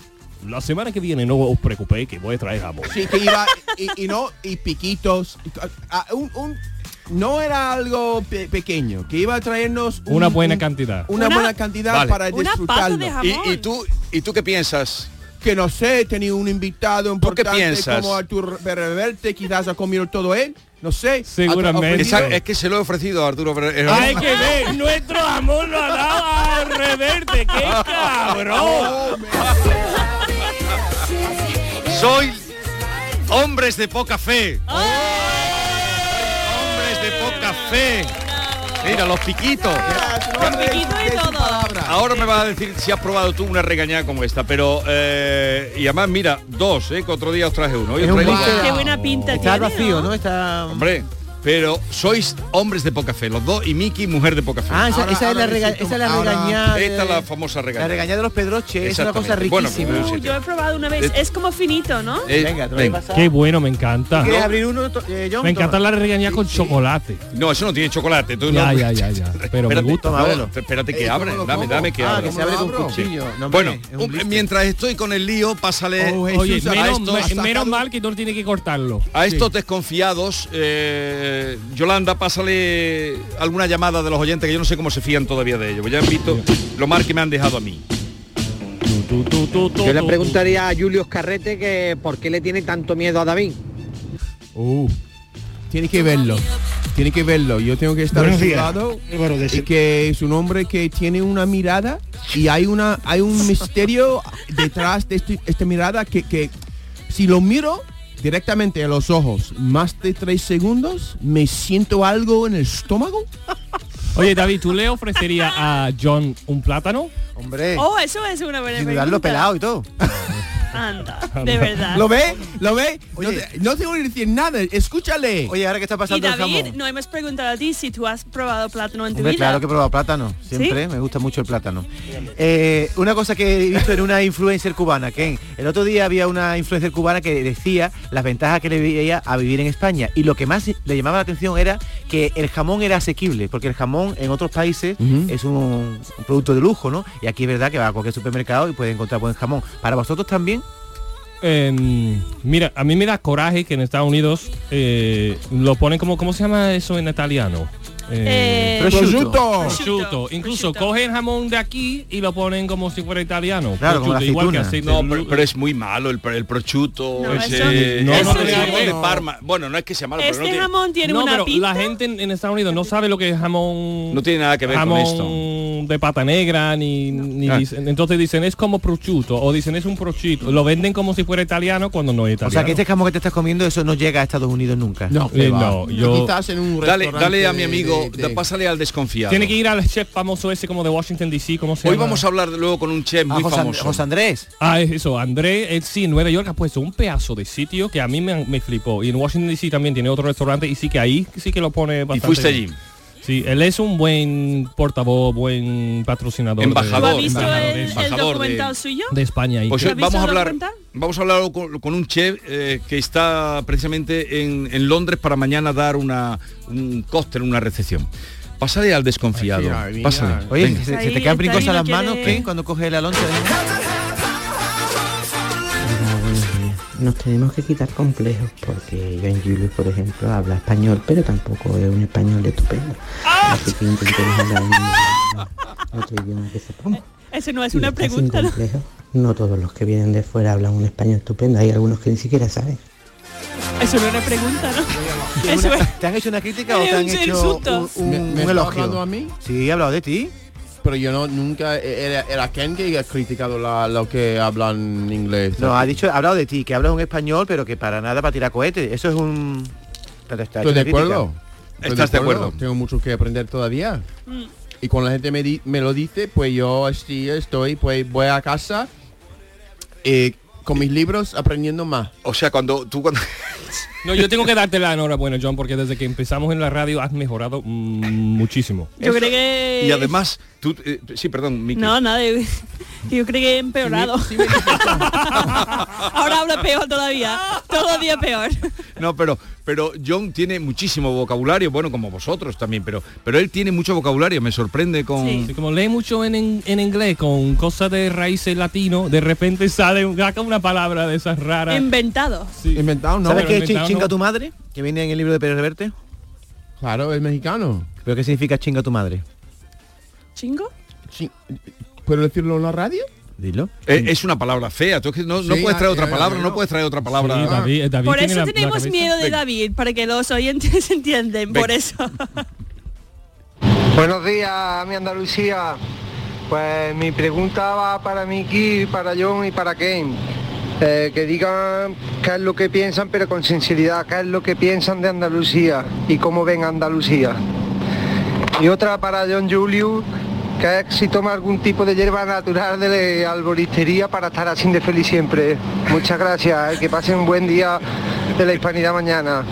S15: la semana que viene no os preocupéis que voy a traer jamón.
S13: Sí, que iba y, y no y piquitos. y co- a- a- un- un- no era algo pe- pequeño, que iba a traernos un-
S15: Una buena
S13: un-
S15: cantidad.
S13: una, buena cantidad
S11: Vale.
S13: para disfrutarlo.
S11: ¿Y, y tú, ¿Y tú qué piensas?
S13: que no sé, he tenido un invitado importante
S11: piensas?
S13: como Arturo Reverte, quizás ha comido todo él, no sé.
S11: Esa-
S13: Exacto.
S11: Es que se lo he ofrecido a Arturo.
S15: Hay
S11: Bre-
S15: que ver, nuestro amor lo ha dado a reverte, qué cabrón.
S11: Soy hombres de poca fe. Hombres de poca fe. Mira, los piquitos. Ahora me vas a decir si has probado tú una regañada como esta, pero eh, y además mira, dos, eh, que otro día os traje uno. Hoy os
S12: Es un
S11: traigo
S12: bicho
S11: dos.
S12: de-
S14: Qué buena pinta
S12: Está
S14: tiene,
S12: vacío,
S14: ¿no? Uh,
S12: ¿no? Está.
S11: Hombre, Pero sois hombres de poca fe, los dos, y Miki, mujer de poca fe.
S12: Ah, esa,
S11: Ahora-
S12: esa es la
S11: ahora
S12: rega-
S11: necesito-
S12: esa es la
S11: ahora-
S12: regañada. de-
S11: Esta es la famosa
S12: la
S11: regañada.
S12: regañada de los pedroches, es una cosa
S11: Exactamente. Bueno,
S12: riquísima.
S11: pues,
S14: Uh, yo he probado una vez.
S11: Eh,
S14: Es como finito, ¿no?
S11: eh, Venga, te lo venga. pasa.
S15: Qué bueno, me encanta.
S11: ¿Quieres
S12: abrir uno, to- eh, John?
S15: Me encanta la regañada con chocolate.
S11: No, eso no tiene chocolate. tú
S15: Ya,
S11: no-
S15: ya, ya, ya. Pero me
S11: espérate,
S15: gusta.
S11: no, espérate que abre, dame, dame que
S12: Ah,
S11: abra.
S12: que se abre con cuchillo.
S11: Sí.
S12: No, hombre,
S11: bueno,
S12: es un Oh,
S11: un- mientras estoy con el lío,
S13: Eh,
S11: pásale
S15: Oye,
S11: a
S15: menos,
S11: estos-
S15: me- menos mal que no tiene que cortarlo.
S11: A estos desconfiados, eh, Yolanda, pásale alguna llamada de los oyentes que yo no sé cómo se fían todavía de ellos. porque Ya han visto lo mal que me han dejado a mí.
S16: Yo le preguntaría a Julio Carrete que por qué le tiene tanto miedo a David.
S13: Uh, tiene que verlo. Tiene que verlo. Yo tengo que estar
S17: Buenos
S13: a su
S17: días,
S13: lado.
S17: Álvaro de
S13: Y
S17: Sevilla.
S13: que es un hombre que tiene una mirada y hay una hay un misterio detrás de este- esta mirada que, que si lo miro directamente a los ojos más de tres segundos, me siento algo en el estómago.
S15: Oye, David, ¿tú le ofrecerías a John un plátano?
S12: Hombre.
S14: Oh, eso es una buena
S12: Sin dudarlo
S14: pregunta.
S12: pelado y todo.
S14: Anda, de verdad.
S13: ¿Lo ve? ¿Lo ve? no, te, no tengo que decir nada. Escúchale.
S12: Oye, ahora que está
S14: Y David, no hemos preguntado a ti si tú has probado plátano en tu
S12: Hombre,
S14: vida.
S12: claro que he probado plátano, siempre, me gusta mucho el plátano. Eh, una cosa que he visto en una influencer cubana, que el otro día había una influencer cubana que decía las ventajas que le veía a vivir en España y lo que más le llamaba la atención era que el jamón era asequible, porque el jamón en otros países es un, un producto de lujo, ¿no? Y aquí es verdad que va a cualquier supermercado y puede encontrar buen jamón. Para vosotros también,
S15: Em, mira, a mí me da coraje que en Estados Unidos eh, lo ponen como, ¿cómo se llama eso en italiano?
S14: Eh,
S13: Prosciutto.
S15: Prosciutto. Incluso cogen jamón de aquí y lo ponen como si fuera italiano.
S11: Claro,
S15: Prosciutto, igual que aceite
S11: No,
S15: de
S11: pero, pero es muy malo el, el prosciutto.
S15: No,
S11: ese- eh,
S15: eso-
S11: ese
S15: no, no,
S11: jamón de
S15: no.
S11: Parma. Bueno, no es que sea malo, pero no
S14: Este
S11: tiene,
S14: jamón tiene
S15: No,
S14: una
S15: pero
S14: pinta.
S15: la gente en, en Estados Unidos no sabe lo que es jamón.
S11: no tiene nada que ver
S15: jamón
S11: con esto.
S15: de pata negra ni, ni
S11: Ah.
S15: dicen- entonces dicen es como prosciutto o dicen es un prosciutto lo venden como si fuera italiano cuando no es
S12: o
S15: italiano
S12: sea que este jamón que te estás comiendo, eso no llega a Estados Unidos nunca.
S15: No, Eh, no, yo- Quizás en un
S11: Dale,
S15: restaurante
S11: dale a mi
S15: de-
S11: amigo,
S15: de-
S11: da- pásale al desconfiado.
S15: tiene que ir al chef famoso ese como de Washington DC como se
S11: Hoy
S15: llama?
S11: vamos a hablar luego con un chef muy
S15: Ah, José And-
S11: famoso.
S15: José
S12: Andrés.
S15: Ah, es eso, Andrés, él sí, en Nueva York ha puesto un pedazo de sitio que a mí me, me flipó. Y en Washington DC también tiene otro restaurante y sí que ahí sí que lo pone bastante.
S11: fuiste
S15: bien.
S11: allí?
S15: Sí, él es un buen portavoz, buen patrocinador. de-
S11: Embajador. ¿Tú has visto
S15: embajador
S11: el-
S15: de-
S11: el Embajador de- documental
S14: suyo?
S15: De España. y
S11: Pues
S15: que-
S11: hoy vamos a hablar, vamos a hablar con, con un chef eh, que está precisamente en, en Londres para mañana dar una, un cóctel, una recepción. Pásale al desconfiado. Pásale.
S12: Oye,
S11: Venga.
S12: se, se te quedan brincos a las
S14: quiere-
S12: manos, ¿qué? Cuando coge la loncha.
S18: Nos tenemos que quitar complejos porque John Julius, por ejemplo, habla español, pero tampoco es un español estupendo. Así que intentemos hablar un- otro idioma que sepamos.
S14: Eso no es
S18: Y
S14: una
S18: está sin
S14: pregunta. ¿no?
S18: complejos. No todos los que vienen de fuera hablan un español estupendo, hay algunos que ni siquiera saben.
S14: Eso no es una pregunta, ¿no? Eso es.
S12: ¿Te han hecho una crítica o
S14: Es
S12: te han
S14: un
S12: hecho
S14: insulto.
S12: un,
S13: ¿Me-
S12: un-
S13: me
S12: un
S13: está hablando
S12: elogio?
S13: a mí?
S12: Sí, he hablado de ti.
S13: Pero yo no nunca e, era, era Ken que ha criticado la, lo que hablan inglés.
S12: No, ha dicho, ha hablado de ti, que hablas un español, pero que para nada para tirar cohetes. Eso es un. te- te- te ha hecho
S13: Estoy de
S12: una crítica.
S13: acuerdo. Estoy
S11: ¿Estás de acuerdo?
S13: Tengo mucho que aprender todavía.
S14: Mm.
S13: Y cuando la gente me, di- me lo dice, pues yo sí estoy, pues voy a casa y con mis libros aprendiendo más.
S11: O sea, cuando tú cuando
S15: No, yo tengo que darte la enhorabuena, John, porque desde que empezamos en la radio has mejorado mm, muchísimo.
S14: Yo creo que...
S11: Y además, tú eh, sí, perdón, Miki.
S14: No, nada. Yo creo que he empeorado. Ahora hablo peor todavía. Todo día peor.
S11: No, pero pero John tiene muchísimo vocabulario, bueno, como vosotros también, pero pero él tiene mucho vocabulario, me sorprende con
S15: Sí, como lee mucho en, en- en inglés con cosas de raíces latino, de repente sale un- saca una palabra de esas raras.
S14: Inventado.
S13: Inventado, no.
S12: ¿Sabes qué es chi-
S15: inventado,
S12: chinga
S15: Ah, no.
S12: tu madre? Que viene en el libro de Pérez Reverte.
S13: Claro, es mexicano.
S12: ¿Pero qué significa chinga tu madre?
S14: ¿Chingo?
S13: Chi- ¿Puedo decirlo en la radio?
S12: Dilo.
S11: Eh, es una palabra fea, tú es que no, no
S13: Sí,
S11: puedes traer
S13: ah,
S11: otra
S13: eh,
S11: palabra,
S13: bueno.
S11: no puedes traer otra palabra.
S12: Ah.
S15: Sí, David- eh, David
S14: Por
S15: tiene
S14: eso
S15: la- la
S14: tenemos
S15: cabeza.
S14: miedo de David, para que los oyentes entiendan. Por eso.
S19: Buenos días, mi Andalucía. Pues mi pregunta va para Miki, para John y para Ken. Eh, que digan qué es lo que piensan, pero con sinceridad, qué es lo que piensan de Andalucía y cómo ven Andalucía. Y otra para John Julius, que es si toma algún tipo de hierba natural de alboristería para estar así de feliz siempre. Muchas gracias, eh, que pasen un buen día de la hispanidad mañana.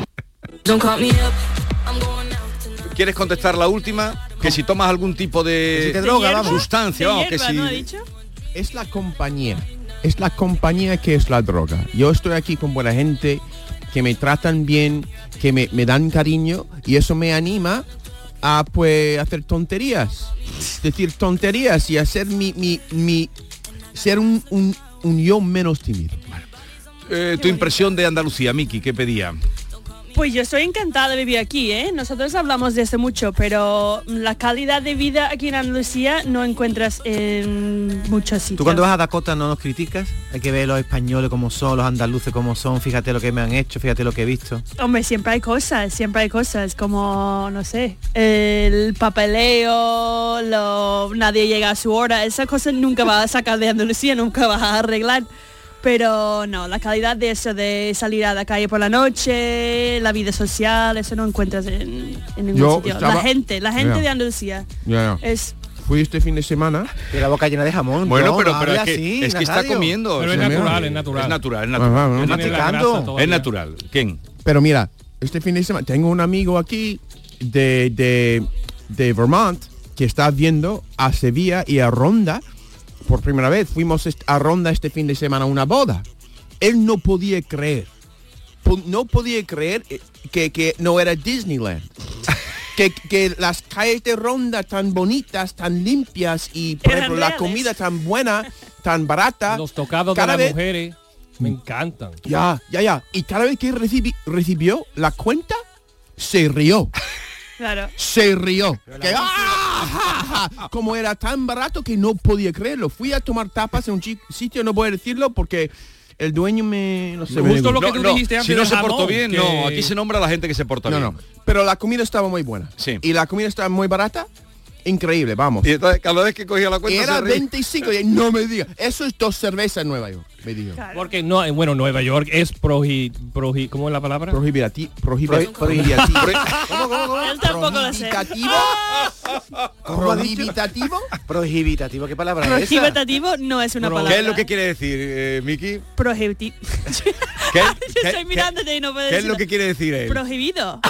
S9: Don't call me up.
S11: ¿Quieres contestar la última? Que si tomas algún tipo de,
S13: Que si te droga, ¿De vamos. hierba?
S11: sustancia,
S13: ¿De
S11: vamos, que
S13: hierba,
S11: si...
S13: no ha dicho? Es la compañía. Es la compañía que es la droga. Yo estoy aquí con buena gente, que me tratan bien, que me, me dan cariño y eso me anima a pues hacer tonterías. Decir tonterías y hacer mi, mi, mi ser un, un, un yo menos tímido.
S11: Eh, tu impresión de Andalucía, Miki, ¿qué pedía?
S14: Pues yo estoy encantada de vivir aquí, ¿eh? Nosotros hablamos de esto mucho, pero la calidad de vida aquí en Andalucía no encuentras en muchos sitios.
S12: Tú cuando vas a Dakota no nos criticas, hay que ver los españoles como son, los andaluces como son, fíjate lo que me han hecho, fíjate lo que he visto.
S14: Hombre, siempre hay cosas, siempre hay cosas, como, no sé, el papeleo, lo- nadie llega a su hora, esas cosas nunca vas a sacar de Andalucía, nunca vas a arreglar. Pero no, la calidad de eso, de salir a la calle por la noche, la vida social, eso no encuentras en, en ningún
S13: Yo
S14: sitio. La
S13: estaba-
S14: gente, la gente
S13: Ya.
S14: de Andalucía
S13: Ya, ya.
S14: es...
S13: Fui este fin de semana.
S12: De la boca llena de jamón.
S11: Bueno,
S13: no,
S11: pero, pero es
S13: habla
S11: que,
S13: así,
S11: es que está
S13: Nazario.
S11: comiendo.
S13: Pero es
S11: o sea,
S13: natural,
S11: mira,
S13: es natural. Pues
S11: Es natural, es
S13: Ajá,
S11: natural.
S13: ajá.
S11: Es
S13: Masticando.
S11: natural.
S13: Todavía.
S11: Es natural. ¿Quién?
S13: Pero mira, este fin de semana tengo un amigo aquí de, de, de Vermont que está viendo a Sevilla y a Ronda por primera vez. Fuimos est- a Ronda este fin de semana a una boda. Él no podía creer. po- No podía creer eh, que, que no era Disneyland. Que, que las calles de Ronda tan bonitas, tan limpias y por
S15: Eran
S13: ejemplo, la
S15: reales.
S13: comida tan buena, tan barata. Los
S15: Tocados de
S13: cada
S15: las
S13: vez-
S15: mujeres me encantan.
S13: ya, ya, ya. Y cada vez que recibi- recibió la cuenta, se rió.
S14: Claro.
S13: Se rió. Que, ¡ah! ja, ja! Como era tan barato que no podía creerlo. Fui a tomar tapas en un chi- sitio, no voy a decirlo porque el dueño me... No sé, me
S11: Justo lo que
S13: negó.
S11: tú No, no, dijiste si antes no del se jamón, portó bien, que- no, aquí se nombra a la gente que se porta
S13: No,
S11: bien.
S13: no. Pero la comida estaba muy buena. Y la comida estaba muy barata. Increíble, vamos.
S11: Y entonces cada vez que cogía la cuenta
S13: Era
S11: se reía.
S13: 25, y no me digas. Eso es dos cervezas en Nueva York, me digas.
S15: Porque no, eh, bueno, Nueva York es prohi, prohi- ¿cómo es la palabra?
S13: Prohibirati,
S15: prohibirati.
S14: Él tampoco lo sé.
S13: ¿Prohibitativo?
S12: Prohibitativo, ¿qué palabra es esa?
S14: Prohibitativo no es una palabra.
S11: ¿Qué es lo que quiere decir, eh, Miki?
S14: Prohibiti-
S11: ¿Qué,
S14: Yo
S11: qué-
S14: estoy
S11: qué-
S14: mirándote y no puedo
S11: qué es
S14: decirlo.
S11: lo que quiere decir él?
S14: Prohibido.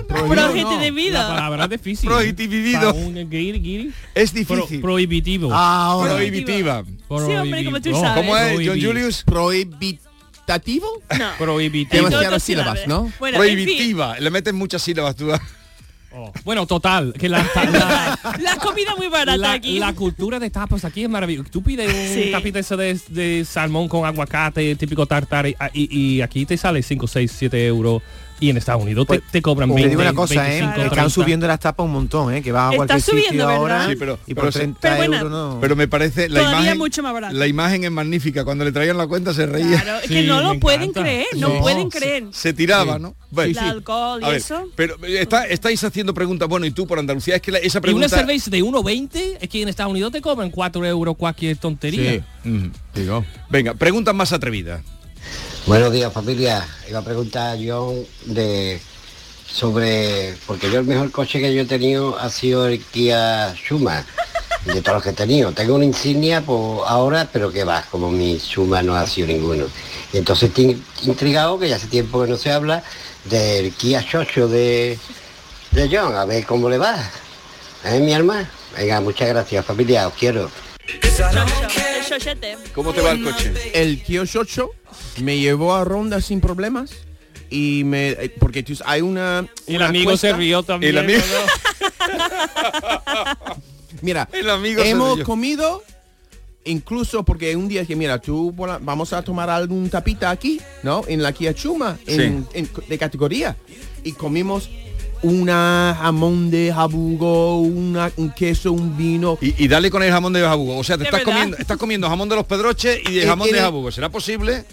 S15: no.
S14: Prohibitivo de vida.
S15: La palabra es difícil.
S11: Prohibitivido.
S15: Para un guiri, guiri.
S11: Es
S15: Pro- prohibitivo.
S11: Prohibitiva.
S15: Sí, hombre, como tú Prohibitivo. sabes.
S11: ¿Cómo es, John
S15: Prohibi-
S11: Julius?
S13: Prohibitativo.
S15: Prohibitivo.
S13: Demasiadas sílabas, ¿no?
S14: Bueno, en fin.
S11: Prohibitiva. Le meten muchas sílabas tú.
S13: Oh.
S15: Bueno, total, que la,
S14: La comida muy barata
S15: la-
S14: aquí.
S15: la cultura de tapas aquí es maravillosa. Tú pides un
S14: Sí.
S15: tapita esa de, de salmón con aguacate, típico tartar, y, y- y aquí te sale 5, 6, 7 euros. Y en Estados Unidos te, te cobran
S12: Pues
S15: 20,
S12: te digo una cosa, ¿eh?
S15: 25,
S12: Están
S15: 30.
S12: subiendo las tapas un montón, ¿eh? Que
S11: Ah,
S12: va a
S15: Está
S12: cualquier sitio
S15: subiendo, ¿verdad?
S12: ahora
S11: Sí, pero,
S12: y
S11: pero
S12: por
S11: se-
S12: 30 euros no.
S11: pero me parece la
S14: Todavía
S11: imagen,
S14: mucho más barato.
S11: la imagen es magnífica. Cuando le traían la cuenta se reía.
S14: Claro, es que no lo pueden creer, no
S11: Sí.
S14: pueden
S11: Se-
S14: creer.
S11: Se, tiraba, ¿no? Bueno.
S14: El alcohol y
S11: A ver,
S14: eso.
S11: Pero eh, está- estáis haciendo preguntas, bueno, y tú por Andalucía, es que la-
S15: Y
S11: esa
S15: una
S11: pregunta...
S15: cerveza de 1,20 es que en Estados Unidos te cobran 4 euros cualquier tontería.
S11: Sí. Digo. Mm, Venga, preguntas más atrevidas.
S17: Buenos días familia. Iba a preguntar yo de sobre porque yo el mejor coche que yo he tenido ha sido el Kia Suma de todos los que he tenido. Tengo una insignia por ahora, pero que va, como mi Suma no ha sido ninguno. Y entonces estoy intrigado que ya hace tiempo que no se habla del Kia Shosho de, de John, a ver cómo le va. ¿Eh, mi alma? Venga, muchas gracias familia, os quiero.
S14: El chochete.
S11: ¿Cómo te va el coche?
S13: El Kios 8 me llevó a ronda sin problemas y me eh, porque tú- hay una
S15: Pues Y el
S13: una
S15: amigo se
S13: cuesta-
S15: rió también. ¿no?
S13: mira
S11: El amigo se
S13: hemos
S11: rió.
S13: comido incluso porque un día que mira tú vola- vamos a tomar algún tapita aquí no en la Kia Chuma en- en- de categoría y comimos una jamón de jabugo una, un queso un vino
S11: y, dale con el jamón de jabugo o sea te
S13: Es
S11: estás
S13: verdad.
S11: comiendo estás comiendo jamón de los pedroches y de
S13: Eh,
S11: jamón de
S13: tiene-
S11: jabugo será posible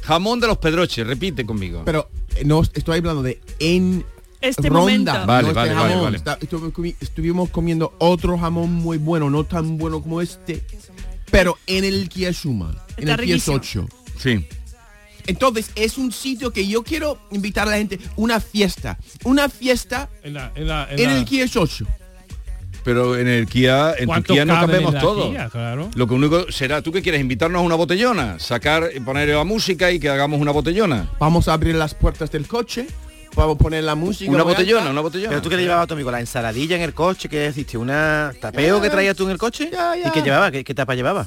S11: jamón de los pedroches repite conmigo
S13: Pero eh, no estoy hablando de en
S14: Este momento.
S13: ronda.
S11: Vale,
S13: no este
S11: vale, vale,
S13: jamón.
S11: vale.
S13: Está- estuve comi- estuvimos comiendo otro jamón muy bueno, no tan bueno como este, pero en el Kiyashuma, en
S11: Está
S13: el Kies
S11: riquísimo.
S13: 8.
S11: Sí.
S13: Entonces es un sitio que yo quiero invitar a la gente, una fiesta, una fiesta
S15: En, la- en la- en
S13: en
S15: la-
S13: el Kies 8.
S11: pero en el Kia en tu
S15: ¿Cuánto
S11: Kia no
S15: caben en
S11: cabemos
S15: la
S11: todo
S15: Kia? Claro.
S11: lo que único será tú que quieres invitarnos a una botellona sacar poner la música y que hagamos una botellona
S13: Vamos a abrir las puertas del coche Vamos a poner la música.
S12: Una
S13: muy
S12: botellona,
S13: alta.
S12: una botellona. Pero tú que le llevabas a tu amigo la ensaladilla en el coche, que hiciste una tapeo que traías tú en el coche y que llevaba, ¿Qué, qué tapa llevaba.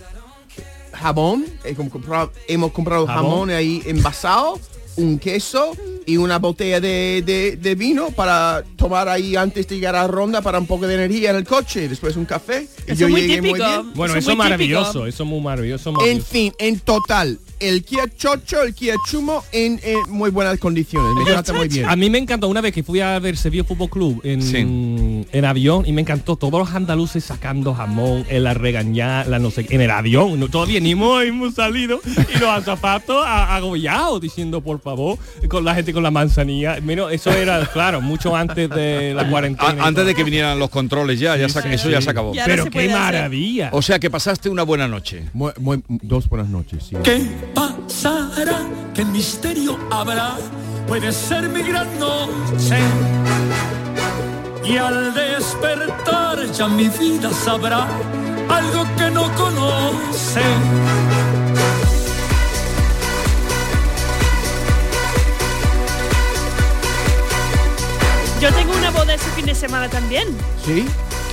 S13: Jamón, eh, com- compra- hemos comprado jamón, ahí envasado, un queso y una botella de, de- de vino para tomar ahí antes de llegar a Ronda para un poco de energía en el coche, después un café. Y
S15: Eso es muy
S13: llegué
S15: típico.
S13: bien.
S15: Bueno, eso es maravilloso, eso es muy maravilloso.
S13: En
S15: maravilloso.
S13: fin, en total, el Kia Chocho, el Kia Chumo en, en muy buenas condiciones. Me trata muy bien.
S15: A mí me encantó una vez que fui a ver Sevilla Fútbol Club en, en avión y me encantó todos los andaluces sacando jamón, en la regañada, la no sé qué, en el avión. No, todavía ni hemos, hemos salido y los azafatos a- agobiados diciendo por favor con la gente con la manzanilla. Menos eso era claro mucho antes de la cuarentena. y
S13: Ah,
S11: A- antes
S15: todo.
S11: de que vinieran los controles ya, ya saca- eso ya se acabó.
S15: Y ahora Pero se qué puede hacer. maravilla.
S11: O sea que pasaste una buena noche.
S13: Muy- muy- dos buenas noches. sí.
S9: ¿Qué pasará? ¿Qué misterio habrá? Puede ser mi gran noche. Y al despertar ya mi vida sabrá algo que no conoce.
S14: Yo tengo una boda este fin de semana también.
S13: Sí.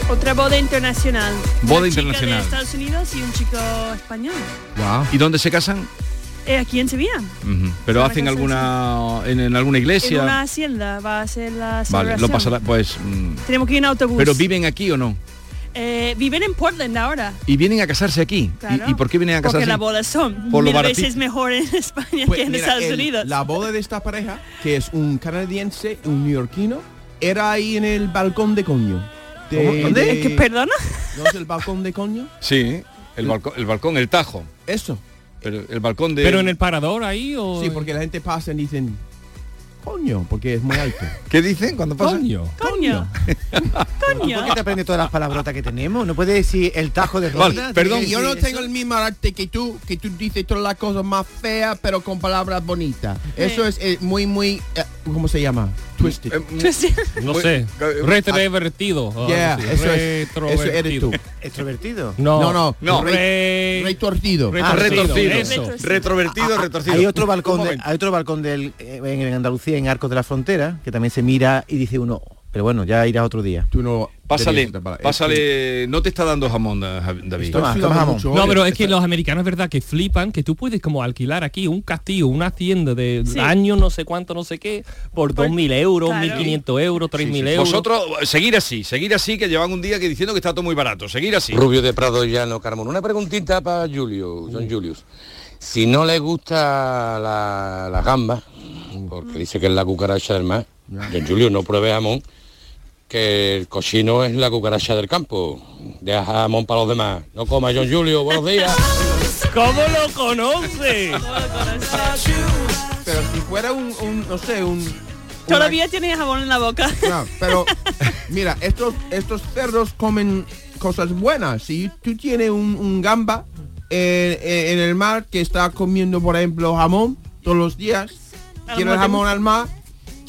S14: Otra boda internacional.
S11: Boda
S14: Una chica
S11: internacional.
S14: de Estados Unidos y un chico español.
S11: ¿Y dónde se casan?
S14: Eh, aquí en Sevilla.
S11: Pero
S14: Para
S11: hacen
S14: casarse.
S11: alguna en, en alguna
S14: En una
S11: iglesia.
S14: hacienda va a ser la
S11: Vale, lo
S14: celebración.
S11: pasará pues mm.
S14: Tenemos que ir en autobús.
S11: Pero viven aquí o no?
S14: Eh, viven en Portland ahora.
S11: Y vienen a casarse aquí. ¿Y-
S14: Claro.
S11: ¿Y, por qué vienen a
S14: Porque
S11: casarse?
S14: las bodas son
S11: Por lo
S14: mil
S11: baratito.
S14: veces mejor en España
S13: Pues
S14: que en
S13: mira,
S14: Estados
S13: el-
S14: Unidos.
S13: La boda de esta pareja, que es un canadiense, un neoyorquino, era ahí en el balcón de coño. De-
S11: ¿Cómo? ¿Dónde?
S13: de-
S11: ¿Qué, perdona?
S13: ¿No es el balcón de coño?
S11: Sí, el balcón, el balcón, el tajo.
S13: Eso.
S11: Pero el balcón de
S15: parador ahí o
S13: Sí, porque la gente pasa y dicen coño, porque es muy alto.
S11: ¿Qué dicen cuando
S13: pasa?
S11: Coño.
S12: Coño.
S14: Coño.
S12: ¿Por qué te aprendes todas las palabrotas que tenemos? No puedes decir el tajo de ronda. Tienes que
S13: Sí, yo no
S12: decir
S13: tengo el mismo arte que tú, que tú dices todas las cosas más feas, pero con palabras bonitas. Eso es eh, muy, muy, eh, ¿cómo se llama? Twisted.
S15: Eh, mm, No sé. Retrovertido. o algo
S13: Yeah,
S15: así.
S13: eso es- eso eres
S15: Retrovertido.
S13: tú.
S12: Extrovertido.
S15: No.
S13: no, no,
S15: No.
S13: re- retorcido.
S12: Ah,
S11: retrovertido,
S12: Ah, ah,
S11: retorcido.
S12: Hay otro balcón,
S11: Un
S12: de- hay otro balcón del, eh, en, en Andalucía, en Arcos de la Frontera, que también se mira y dice uno, pero bueno, ya irá otro día.
S13: Tú no.
S11: Pásale, pásale, no te está dando jamón, da- David.
S15: No, pero es que los americanos es verdad que flipan que tú puedes como alquilar aquí un castillo, una hacienda de
S11: Sí.
S15: año no sé cuánto, no sé qué, por 2.000 euros, 1.500 euros, 3.000 euros.
S11: Vosotros, eh, seguir así, seguir así, que llevan un día que diciendo que está todo muy barato, seguir así.
S20: Rubio de Prado Llano Carmona. Una preguntita para Julio, John Julius. Si no le gusta la, la gamba,
S15: Mm.
S20: porque dice que es la cucaracha del mar, John Julius, no pruebe jamón, que el cochino es la cucaracha del campo. Deja jamón para los demás. No coma, John Julio, buenos días.
S15: ¿Cómo lo conoce?
S13: pero si fuera un, un, no sé, un...
S14: Todavía tiene jabón en la boca.
S13: No, pero mira, estos estos cerdos comen cosas buenas. Si tú tienes un, un gamba eh, eh, en el mar que está comiendo, por ejemplo, jamón todos los días,
S8: A lo
S13: tiene
S8: mejor
S13: el
S8: te
S13: jamón
S8: gusta.
S13: al mar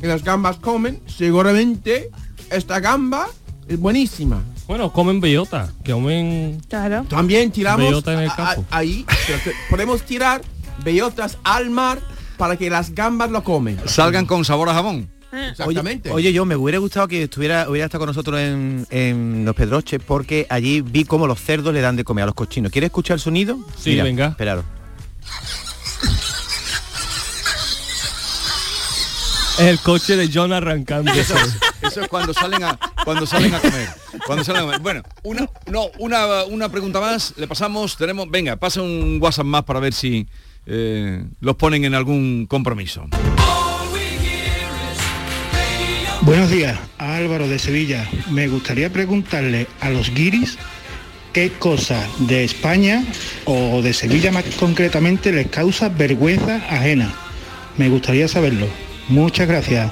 S13: y las gambas comen, seguramente esta gamba es buenísima.
S15: Bueno, comen bellota, que comen...
S14: Claro.
S13: También tiramos
S15: Bellota en el
S13: a- a-
S15: campo.
S13: ahí, pero que podemos tirar bellotas al mar para que las gambas lo comen.
S11: Salgan con sabor a jamón.
S13: Exactamente.
S12: Oye, yo me hubiera gustado que estuviera, hubiera estado con nosotros en, en Los Pedroches, porque allí vi cómo los cerdos le dan de comer a los cochinos. ¿Quieres escuchar el sonido?
S15: Sí, venga.
S12: Esperaros.
S15: El coche de John arrancando.
S11: Eso es, eso es cuando salen a cuando salen a comer. Cuando salen a comer. Bueno, una no, una, una pregunta más, le pasamos, tenemos, venga, pasa un WhatsApp más para ver si eh, los ponen en algún compromiso.
S21: Buenos días, a Álvaro de Sevilla. Me gustaría preguntarle a los guiris qué cosas de España o de Sevilla más concretamente les causa vergüenza ajena. Me gustaría saberlo. Muchas gracias.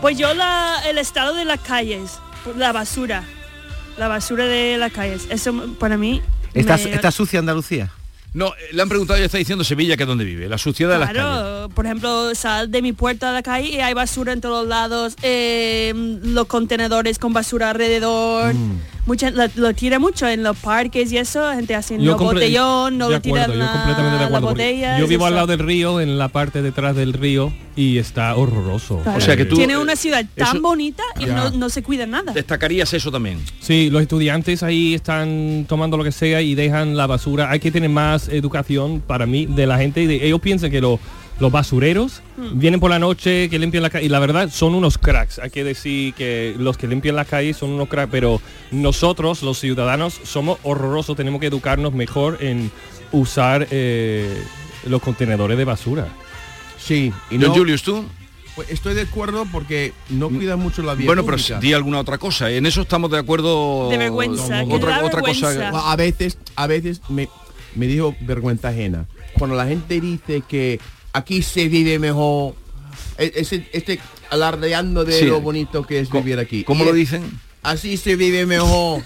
S14: Pues yo la, el estado de las calles, la basura, la basura de las calles, eso para mí.
S12: ¿Está,
S14: me-
S12: está sucia Andalucía?
S11: No, eh, le han preguntado, ya está diciendo Sevilla que es donde vive, la suciedad de las calles.
S14: Claro, por ejemplo, sal de mi puerta a la calle y em,
S15: Mm.
S14: hay basura en todos lados, eh, los contenedores con basura alrededor, mucha lo, lo tira mucho en los parques y eso, gente haciendo
S15: comple-
S14: botellón, no
S15: de
S14: lo tiran
S15: acuerdo, yo
S14: la-
S15: completamente de
S14: las
S15: acuerdo, porque
S14: botellas,
S15: Yo vivo al
S14: eso.
S15: lado del río, en la parte detrás del río, y está horroroso.
S14: Claro. tiene una ciudad tan
S15: eso-
S14: bonita y
S15: Ya.
S14: no, no se cuida nada.
S9: Destacarías eso también.
S15: Sí, los estudiantes ahí están tomando lo que sea y dejan la basura. Hay que tener más educación para mí de la gente. De- Ellos piensan que lo- los basureros vienen por la noche, que limpian la calle. Y la verdad, son unos cracks. Hay que decir que los que limpian las calles son unos cracks, pero nosotros, los ciudadanos, somos horrorosos. Tenemos que educarnos mejor en usar eh, los contenedores de basura.
S9: Sí.
S15: ¿Y
S9: Don Julius, ¿tú?
S13: Pues estoy de acuerdo porque no cuidan mucho la vía
S9: Bueno, pero
S13: pública.
S9: di alguna otra cosa. En eso estamos de acuerdo. Otra, otra cosa.
S13: A veces, a veces me, me dijo vergüenza ajena. Cuando la gente dice que aquí se vive mejor, e- ese, este alardeando de
S9: Sí.
S13: lo bonito que es vivir aquí.
S9: ¿Cómo
S13: Y
S9: lo
S13: es-
S9: dicen?
S13: Así se vive mejor.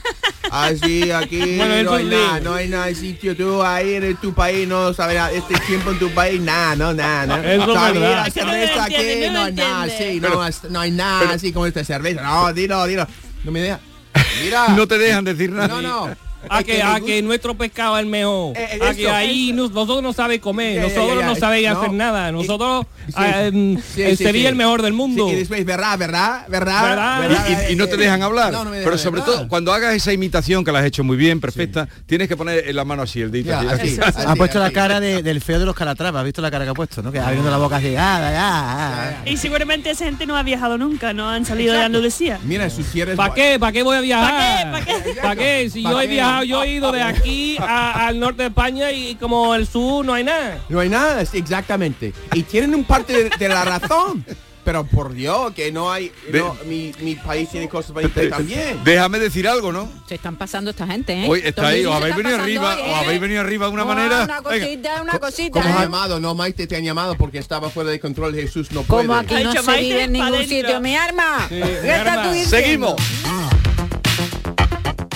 S13: Así, aquí
S9: Bueno, eso
S13: no hay
S9: sí.
S13: nada, no hay nada de sitio. Tú ahí en tu país no sabes nada. Este tiempo en tu país, nada, no, nada, no.
S9: Ah, Eso es
S13: Todavía
S9: verdad.
S13: la
S9: Es que no lo
S13: cerveza aquí,
S9: entiende,
S13: no,
S9: no lo
S13: hay nada
S9: entiende.
S13: así, no,
S9: Pero-
S13: as- no hay nada
S9: pero-
S13: así como esta cerveza. No, dilo, dilo. No me deja. Mira.
S9: No te dejan decir nada.
S13: No, no.
S15: A
S13: Es
S15: que,
S13: me
S15: a
S13: gusta-
S15: que nuestro pescado es el mejor.
S13: Eh, eh,
S15: a que
S13: eso.
S15: ahí nos- nosotros no sabe comer,
S13: Ya, ya,
S15: nosotros
S13: ya, ya.
S15: no sabéis
S13: No.
S15: hacer nada. Nosotros ah, em,
S13: Sí,
S15: eh,
S13: sí,
S15: sería
S13: sí.
S15: el mejor del mundo.
S13: Sí, y después, Pues, ¿verdad, verdad, verdad?
S9: Y- y, y no te dejan hablar.
S13: No, no me dejan
S9: pero sobre todo, cuando hagas esa imitación que la has hecho muy bien, perfecta, tienes que poner eh, la mano así, el dedito
S12: Ya, así,
S9: así, así. Ah, pues,
S12: ha puesto la cara de- del feo de los calatrava, ¿has visto la cara que ha puesto? ¿no? Que abriendo la boca así, ah, ah, ah, ah.
S14: Y seguramente esa gente no ha viajado nunca, no han salido de
S12: Exacto.
S14: Andalucía.
S13: Mira, su cierre
S15: ¿Para qué? ¿Para qué voy a viajar?
S14: ¿Para qué? ¿Para qué?
S15: ¿Para qué? Si
S14: ¿Para
S15: yo he
S14: qué?
S15: viajado, yo he ido de aquí a- al norte de España y como el sur no hay nada.
S13: No hay nada, sí, exactamente. Y tienen un parte de, de la razón. Pero por Dios, que no hay... no, mi, mi país tiene cosas bonitas también.
S9: Déjame decir algo, ¿no?
S22: Se están pasando esta gente, ¿eh?
S9: Hoy está ahí, os habéis
S22: Entonces,
S9: venido
S22: se
S9: arriba,
S22: están
S9: os
S22: pasando
S13: eh?
S9: habéis venido arriba de una
S22: No,
S9: manera.
S22: Una
S9: Venga.
S22: cosita, una
S13: Como
S22: cosita.
S13: han
S22: ¿eh?
S13: llamado, no, Maite te han llamado porque estaba fuera de control, Jesús no puede.
S22: Como aquí no se vive en ningún sitio. Mi arma. ¿Qué
S13: mi
S22: estás tú
S13: arma.
S22: diciendo?
S13: Seguimos.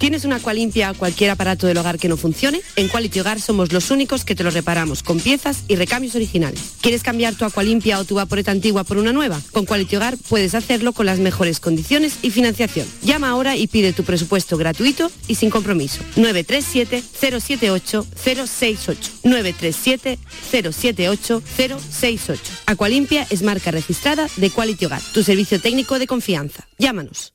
S23: ¿Tienes una Aqualimpia o cualquier aparato del hogar que no funcione? En Quality Hogar somos los únicos que te lo reparamos con piezas y recambios originales. ¿Quieres cambiar tu Aqualimpia o tu vaporeta antigua por una nueva? Con Quality Hogar puedes hacerlo con las mejores condiciones y financiación. Llama ahora y pide tu presupuesto gratuito y sin compromiso. 937-078-068. 937-078-068. Aqualimpia es marca registrada de Quality Hogar, tu servicio técnico de confianza. Llámanos.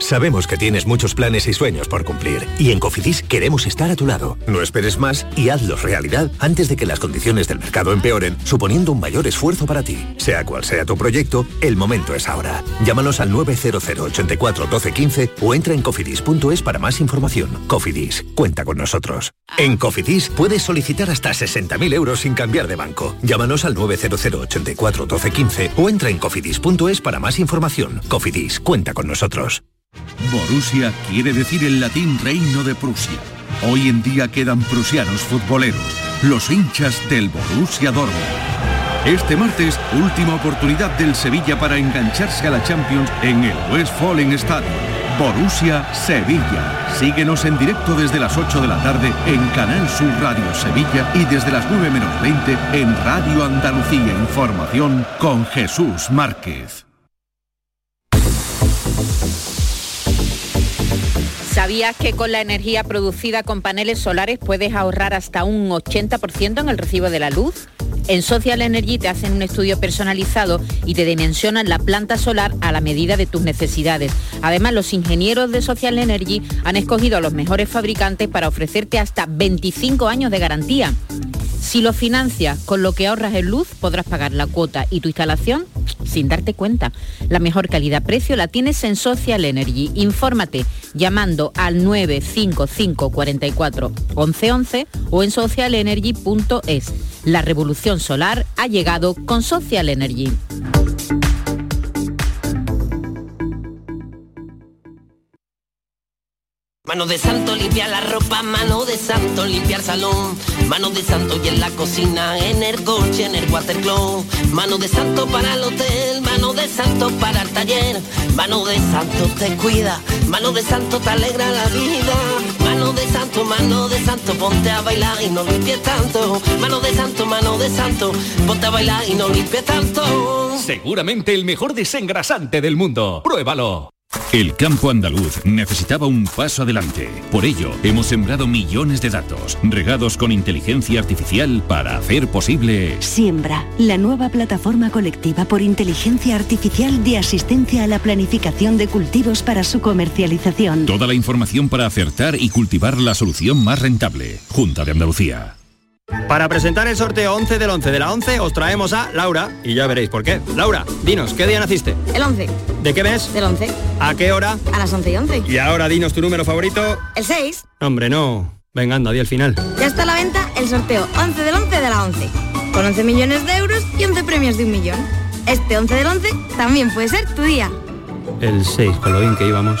S1: Sabemos que tienes muchos planes y sueños por cumplir y en Cofidis queremos estar a tu lado. No esperes más y hazlos realidad antes de que las condiciones del mercado empeoren, suponiendo un mayor esfuerzo para ti. Sea cual sea tu proyecto, el momento es ahora. Llámanos al 900 84 12 15 o entra en cofidis.es para más información. Cofidis, cuenta con nosotros. En Cofidis puedes solicitar hasta 60.000 euros sin cambiar de banco. Llámanos al 900 84 12 15 o entra en cofidis.es para más información. Cofidis, cuenta con nosotros.
S11: Borussia quiere decir en latín reino de Prusia. Hoy en día quedan prusianos futboleros, los hinchas del Borussia Dortmund. Este martes, última oportunidad del Sevilla para engancharse a la Champions en el Westfalen Stadium. Borussia Sevilla. Síguenos en directo desde las 8 de la tarde en Canal Sur Radio Sevilla y desde las 9 menos 20 en Radio Andalucía Información con Jesús Márquez.
S22: ¿Sabías que con la energía producida con paneles solares puedes ahorrar hasta un 80% en el recibo de la luz? En Social Energy te hacen un estudio personalizado y te dimensionan la planta solar a la medida de tus necesidades. Además, los ingenieros de Social Energy han escogido a los mejores fabricantes para ofrecerte hasta 25 años de garantía. Si lo financias con lo que ahorras en luz, podrás pagar la cuota y tu instalación sin darte cuenta. La mejor calidad-precio la tienes en Social Energy. Infórmate llamando al 955 44 1111 o en socialenergy.es. La revolución solar ha llegado con Social Energy.
S24: Mano de santo limpiar la ropa, mano de santo limpiar salón, mano de santo y en la cocina, en el coche, en el watercloak, mano de santo para el hotel, mano de santo para el taller, mano de santo te cuida, mano de santo te alegra la vida, mano de santo santo, mano de santo, ponte a bailar y no limpie tanto. Mano de santo, mano de santo, ponte a bailar y no limpie tanto.
S25: Seguramente el mejor desengrasante del mundo. Pruébalo.
S1: El campo andaluz necesitaba un paso adelante. Por ello, hemos sembrado millones de datos, regados con inteligencia artificial para hacer posible...
S4: Siembra, la nueva plataforma colectiva por inteligencia artificial de asistencia a la planificación de cultivos para su comercialización.
S1: Toda la información para acertar y cultivar la solución más rentable. Junta de Andalucía.
S3: Para presentar el sorteo 11 del 11 de la 11 os traemos a Laura y ya veréis por qué. Laura, dinos, ¿qué día naciste?
S26: El 11.
S3: ¿De qué mes?
S26: Del 11.
S3: ¿A qué hora?
S26: A las 11 y 11.
S3: Y ahora dinos tu número favorito.
S26: El 6.
S3: Hombre, no. Venga, anda, di el final.
S26: Ya está a la venta el sorteo 11 del 11 de la 11. Con 11 millones de euros y 11 premios de un millón. Este 11 del 11 también puede ser tu día.
S3: El 6, con lo bien que íbamos.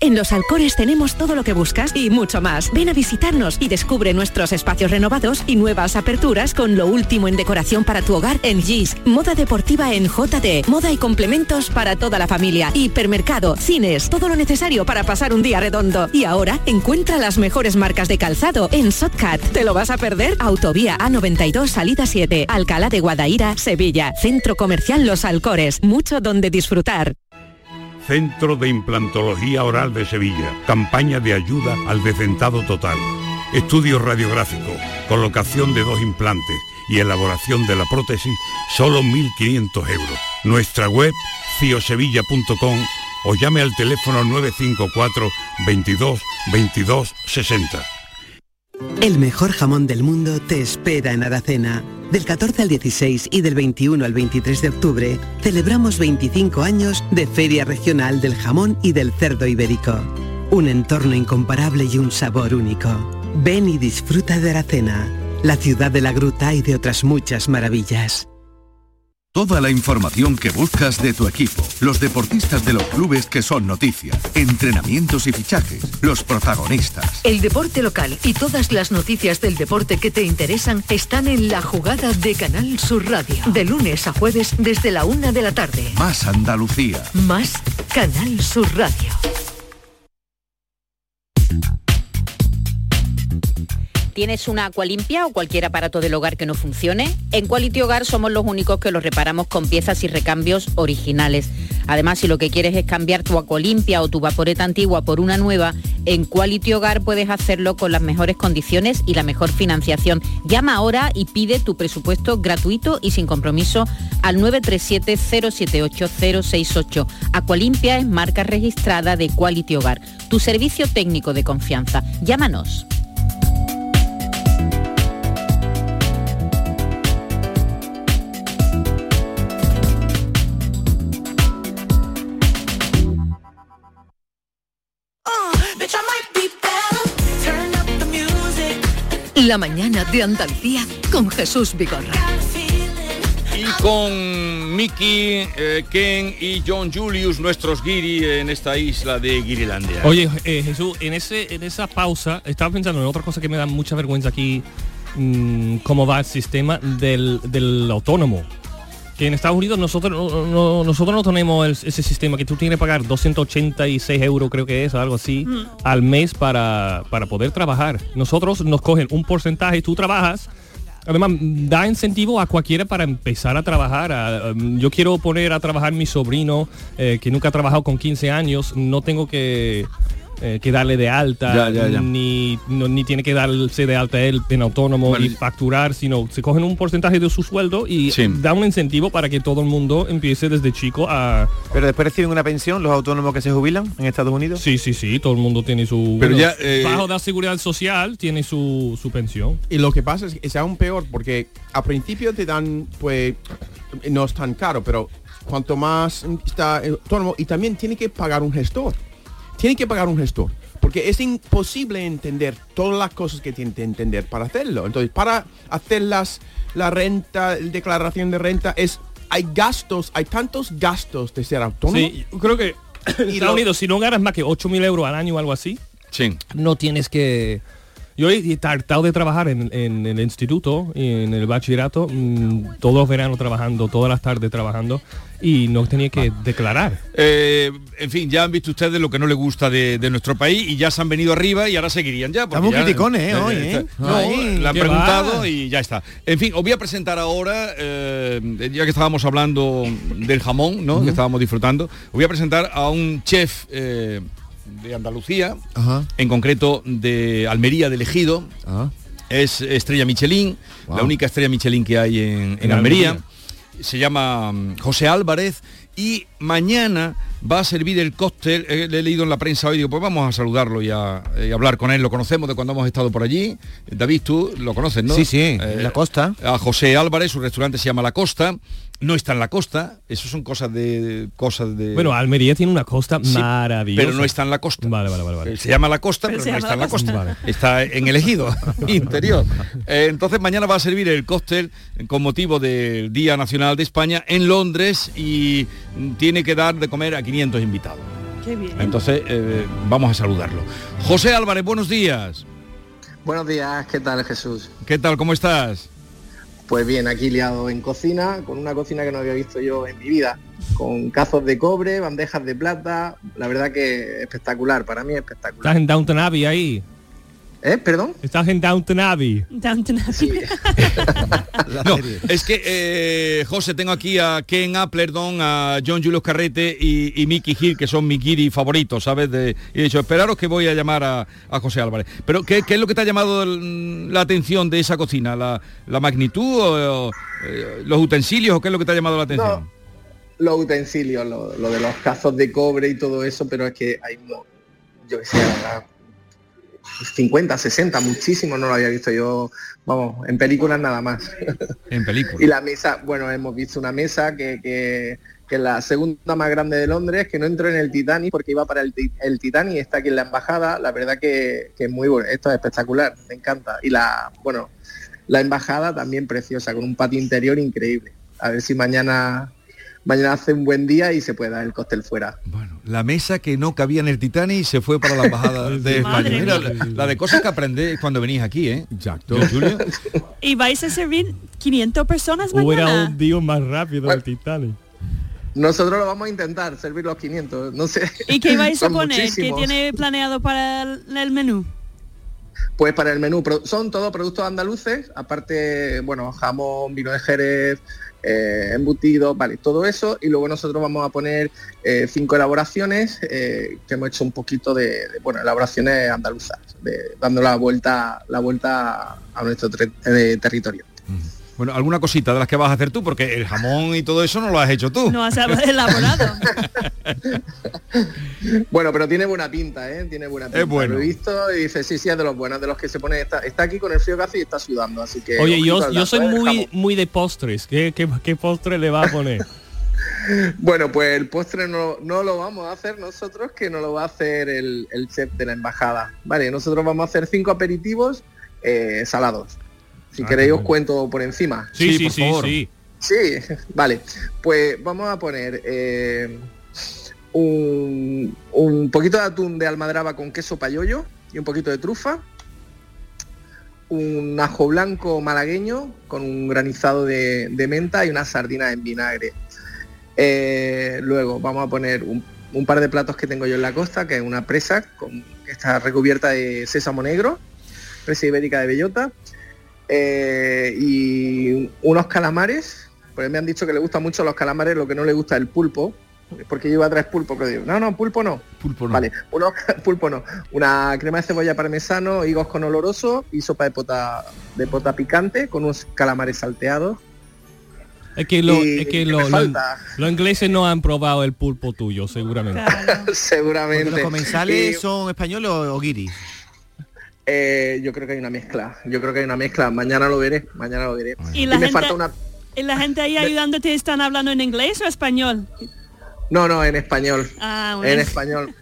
S27: En Los Alcores tenemos todo lo que buscas y mucho más. Ven a visitarnos y descubre nuestros espacios renovados y nuevas aperturas con lo último en decoración para tu hogar en GIS, moda deportiva en JD, moda y complementos para toda la familia, hipermercado, cines, todo lo necesario para pasar un día redondo. Y ahora encuentra las mejores marcas de calzado en Sotcat. ¿Te lo vas a perder? Autovía A92 Salida 7, Alcalá de Guadaira, Sevilla, Centro Comercial Los Alcores, mucho donde disfrutar.
S28: Centro de Implantología Oral de Sevilla. Campaña de ayuda al decentado total. Estudio radiográfico, colocación de dos implantes y elaboración de la prótesis, solo 1.500 euros. Nuestra web, ciosevilla.com o llame al teléfono 954 22 22 60.
S29: El mejor jamón del mundo te espera en Aracena. Del 14 al 16 y del 21 al 23 de octubre celebramos 25 años de Feria Regional del Jamón y del Cerdo Ibérico. Un entorno incomparable y un sabor único. Ven y disfruta de Aracena, la ciudad de la gruta y de otras muchas maravillas.
S11: Toda la información que buscas de tu equipo, los deportistas de los clubes que son noticias, entrenamientos y fichajes, los protagonistas.
S30: El deporte local y todas las noticias del deporte que te interesan están en la jugada de Canal Sur Radio. De lunes a jueves desde la una de la tarde.
S11: Más Andalucía.
S30: Más Canal Sur Radio.
S22: ¿Tienes una agua limpia o cualquier aparato del hogar que no funcione? En Quality Hogar somos los únicos que los reparamos con piezas y recambios originales. Además, si lo que quieres es cambiar tu agua limpia o tu vaporeta antigua por una nueva, en Quality Hogar puedes hacerlo con las mejores condiciones y la mejor financiación. Llama ahora y pide tu presupuesto gratuito y sin compromiso al 937-078-068. Aqualimpia es marca registrada de Quality Hogar, tu servicio técnico de confianza. Llámanos.
S30: La mañana de Andalucía con Jesús Vigorra.
S8: Y con Mickey, eh, Ken y John Julius, nuestros guiri en esta isla de Guirilandia.
S15: Oye, eh, Jesús, en, ese, en esa pausa estaba pensando en otra cosa que me da mucha vergüenza aquí, mm, cómo va el sistema del, del autónomo. Que en Estados Unidos nosotros no, no- nosotros no tenemos el- ese sistema que tú tienes que pagar 286 euros, creo que es, algo así,
S4: Mm.
S15: al mes para, para poder trabajar. Nosotros nos cogen un porcentaje, tú trabajas. Además, da incentivo a cualquiera para empezar a trabajar. a- um, yo quiero poner a trabajar mi sobrino, eh, que nunca ha trabajado con 15 años, no tengo que, eh, que darle de alta,
S8: Ya, ya, ya.
S15: Ni, no- ni tiene que darse de alta él en autónomo y facturar, sino se cogen un porcentaje de su sueldo y
S8: Sí.
S15: da un incentivo para que todo el mundo empiece desde chico a...
S12: Pero después reciben una pensión los autónomos que se jubilan en Estados Unidos.
S15: Sí, sí, sí, todo el mundo tiene su...
S12: Pero ya,
S13: eh,
S15: Bajo la seguridad social tiene su, su pensión.
S13: Y lo que pasa es que es aún peor porque al principio te dan, pues, no es tan caro, pero cuanto más está el autónomo y también tiene que pagar un gestor. Tiene que pagar un gestor. Porque es imposible entender todas las cosas que tiene que entender para hacerlo. Entonces, para hacer las, la renta, la declaración de renta, es hay gastos, hay tantos gastos de ser autónomo.
S15: Sí, creo que en Estados Unidos, si no ganas más que 8.000 euros al año o algo así,
S8: Sí.
S15: no tienes que Yo he tratado de trabajar en, en el instituto, en el bachillerato, mm, todos los veranos trabajando, todas las tardes trabajando y no tenía que declarar.
S11: Eh, en fin, ya han visto ustedes lo que no le gusta de, de nuestro país y ya se han venido arriba y ahora seguirían ya. porque
S12: Estamos
S11: ya-
S12: criticones, ¿eh? Hoy, ¿eh?
S11: está- No,
S12: Ay,
S11: la han
S12: qué
S11: preguntado
S12: va.
S11: y ya está. En fin, os voy a presentar ahora, eh, ya que estábamos hablando del jamón, ¿no? Que estábamos disfrutando, os voy a presentar a un chef eh, de Andalucía,
S4: Ajá.
S11: en concreto de Almería del Ejido.
S12: Ah.
S11: Es estrella Michelin, la única estrella Michelin que hay en, en
S15: En
S11: Almería.
S15: Almería.
S11: Se llama mm, José Álvarez y mañana va a servir el cóctel. eh, le he leído en la prensa hoy, digo, pues vamos a saludarlo y a eh, y a hablar con él. Lo conocemos de cuando hemos estado por allí. David, tú lo conoces, ¿no?
S12: Sí, sí, en
S11: Eh,
S12: la costa.
S11: a José Álvarez, su restaurante se llama La Costa. No está en la costa, eso son cosas de cosas de
S15: Bueno, Almería tiene una costa
S11: Sí,
S15: maravillosa.
S11: Pero no está en la costa.
S15: Vale, vale, vale. vale.
S11: Se llama la costa,
S15: Pero
S11: pero,
S15: se
S11: no
S15: llama
S11: está en
S15: la
S11: la costa.
S15: costa.
S11: Está en el ejido interior. Eh, entonces mañana va a servir el cóctel con motivo del Día Nacional de España en Londres y mm, tiene que dar de comer a 500 invitados.
S14: Qué bien.
S11: Entonces eh, vamos a saludarlo. José Álvarez, buenos días.
S8: Buenos días, ¿qué tal Jesús?
S11: ¿Qué tal? ¿Cómo estás?
S8: Pues bien, aquí liado en cocina, con una cocina que no había visto yo en mi vida, con cazos de cobre, bandejas de plata, la verdad que espectacular, para mí espectacular.
S15: Estás en Downton Abbey ahí.
S8: ¿Eh? ¿Perdón?
S15: Estás en Downton Abbey.
S14: Downton Abbey.
S11: No, es que eh, José, tengo aquí a Ken Applerdon, a John Julius Carrete y, y Mickey Hill, que son mi guiri favoritos, ¿sabes? De- y he dicho, esperaros que voy a llamar a, a José Álvarez. Pero, ¿qué, qué es lo que te ha llamado el- la atención de esa cocina? ¿La, la magnitud o, o, eh, los utensilios o qué es lo que te ha llamado la atención?
S8: Los utensilios, lo, lo de los cazos de cobre y todo eso, pero es que hay, mo- yo que sé, habrá 50, 60, muchísimo, no lo había visto yo, vamos, en películas nada más.
S11: En película.
S8: Y la mesa, bueno, hemos visto una mesa que, que, que es la segunda más grande de Londres, que no entró en el Titanic porque iba para el, Ti- el Titanic, está aquí en la embajada, la verdad que, que es muy bueno, esto es espectacular, me encanta. Y la, bueno, la embajada también preciosa, con un patio interior increíble. A ver si mañana, mañana hace un buen día y se puede dar el cóctel fuera.
S11: La mesa que no cabía en el Titanic se fue para la embajada de España.
S8: Madre
S11: Mira, la,
S8: mía.
S11: la de cosas que aprendéis cuando venís aquí, ¿eh? Exacto.
S14: ¿Y vais a servir 500 personas
S15: Hubiera
S14: mañana?
S15: Pues un día más rápido el Titanic.
S8: Nosotros lo vamos a intentar, servir los 500, no sé.
S14: ¿Y qué vais a
S8: Son
S14: poner?
S8: muchísimos.
S14: ¿Qué tiene planeado para el, el menú?
S8: Pues para el menú, pro- son todos productos andaluces, aparte, bueno, jamón, vino de Jerez, eh, embutidos, vale, todo eso. Y luego nosotros vamos a poner eh, cinco elaboraciones eh, que hemos hecho un poquito de, de, bueno, elaboraciones andaluzas, de- dando la vuelta, la vuelta a nuestro tre- eh, territorio.
S11: Bueno, alguna cosita de las que vas a hacer tú, porque el jamón y todo eso no lo has hecho tú.
S14: No has
S8: pues,
S14: elaborado.
S8: Bueno, pero tiene buena pinta, ¿eh? Tiene buena pinta.
S11: bueno.
S8: Lo he visto y dice, sí, sí, es de los buenos, de los que se pone, está, está aquí con el frío casi y está sudando, así que...
S15: Oye,
S8: ojito
S15: yo,
S8: al
S15: yo
S8: dato,
S15: soy
S8: ¿eh?
S15: muy, muy de postres. ¿Qué, qué, qué postre le va a poner?
S8: Bueno, pues el postre no, no lo vamos a hacer nosotros, que no lo va a hacer el, el chef de la embajada. Vale, nosotros vamos a hacer cinco aperitivos eh, salados. Si
S15: Ah,
S8: queréis
S15: qué
S8: os
S15: bueno.
S8: cuento por encima.
S15: Sí, Sí, sí, por sí, favor. sí.
S8: Sí, vale. Pues vamos a poner eh, un, un poquito de atún de almadraba con queso payollo y un poquito de trufa. Un ajo blanco malagueño con un granizado de, de menta y una sardina en vinagre. Eh, luego vamos a poner un, un par de platos que tengo yo en la costa, que es una presa con, que está recubierta de sésamo negro, presa ibérica de bellota, eh, y unos calamares, porque me han dicho que le gustan mucho los calamares, lo que no le gusta es el pulpo, porque lleva tres pulpos, pero digo, no, no, pulpo no.
S11: Pulpo
S8: Vale, unos pulpo no. Una crema de cebolla parmesano, higos con oloroso y sopa de pota, de pota picante con unos calamares salteados.
S15: Es que, lo,
S8: Y-
S15: es que
S8: ¿qué
S15: lo-
S8: me
S15: lo-
S8: falta?
S15: los ingleses no han probado el pulpo tuyo, seguramente.
S8: Seguramente.
S12: ¿Los comensales
S8: Y-
S12: son españoles o, o guiris?
S8: Eh, yo creo que hay una mezcla. Yo creo que hay una mezcla. Mañana lo veré. Mañana lo veré.
S14: ¿Y la
S8: me
S14: gente-
S8: falta una.
S14: ¿Y Eh, la gente ahí ayudándote están hablando en inglés o español?
S8: No, no, en español.
S14: Ah, bueno.
S8: En español.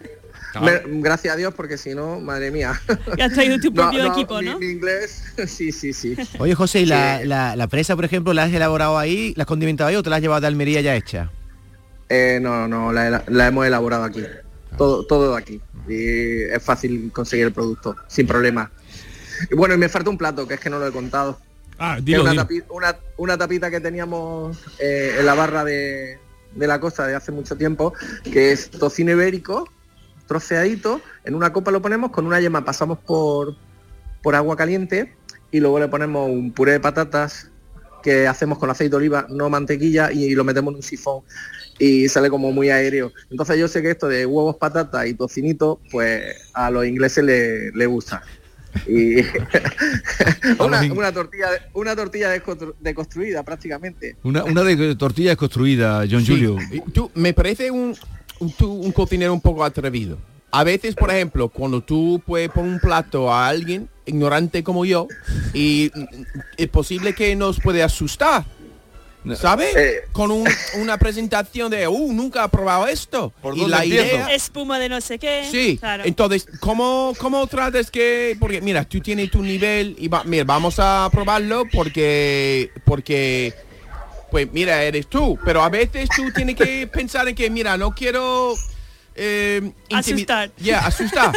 S8: Me- gracias a Dios porque si no, madre mía.
S14: Ya has traído tu
S8: No,
S14: propio
S8: no,
S14: equipo,
S8: mi-
S14: ¿no?
S8: mi inglés, sí, sí, sí.
S12: Oye, José, ¿y la,
S8: Sí.
S12: la- la presa, por ejemplo, la has elaborado ahí, la has condimentado ahí o te la has llevado de Almería ya hecha?
S8: Eh, no, no, la, la hemos elaborado aquí. Todo, todo de aquí. Y es fácil conseguir el producto, sin problema. Y bueno, y me falta un plato, que es que no lo he contado.
S15: Ah,
S8: Que es
S15: dilo,
S8: una,
S15: dilo.
S8: tapi- una- una tapita que teníamos eh, en la barra de, de la costa de hace mucho tiempo, que es tocino ibérico, troceadito, en una copa lo ponemos, con una yema pasamos por, por agua caliente y luego le ponemos un puré de patatas que hacemos con aceite de oliva, no mantequilla, y lo metemos en un sifón y sale como muy aéreo. Entonces yo sé que esto de huevos, patatas y tocinito, pues a los ingleses le, le gusta. Y una, una tortilla una tortilla descontru- deconstruida prácticamente.
S31: Una, una de tortilla desconstruida, John Julio.
S13: Y Tú, me parece un, un, tú, un cocinero un poco atrevido. A veces, por ejemplo, cuando tú puedes poner un plato a alguien ignorante como yo, y mm, es posible que nos puede asustar, ¿sabes? Con un- una presentación de, uh, nunca he probado esto. y la idea,
S14: Espuma de no sé qué.
S13: Sí,
S14: Claro.
S13: entonces, ¿cómo, ¿cómo tratas que...? Porque, mira, tú tienes tu nivel y va, mira, vamos a probarlo porque... porque pues mira, eres tú, pero a veces tú tienes que pensar en que, mira, no quiero... eh, intimi-
S14: Asustar.
S13: Yeah, asustar.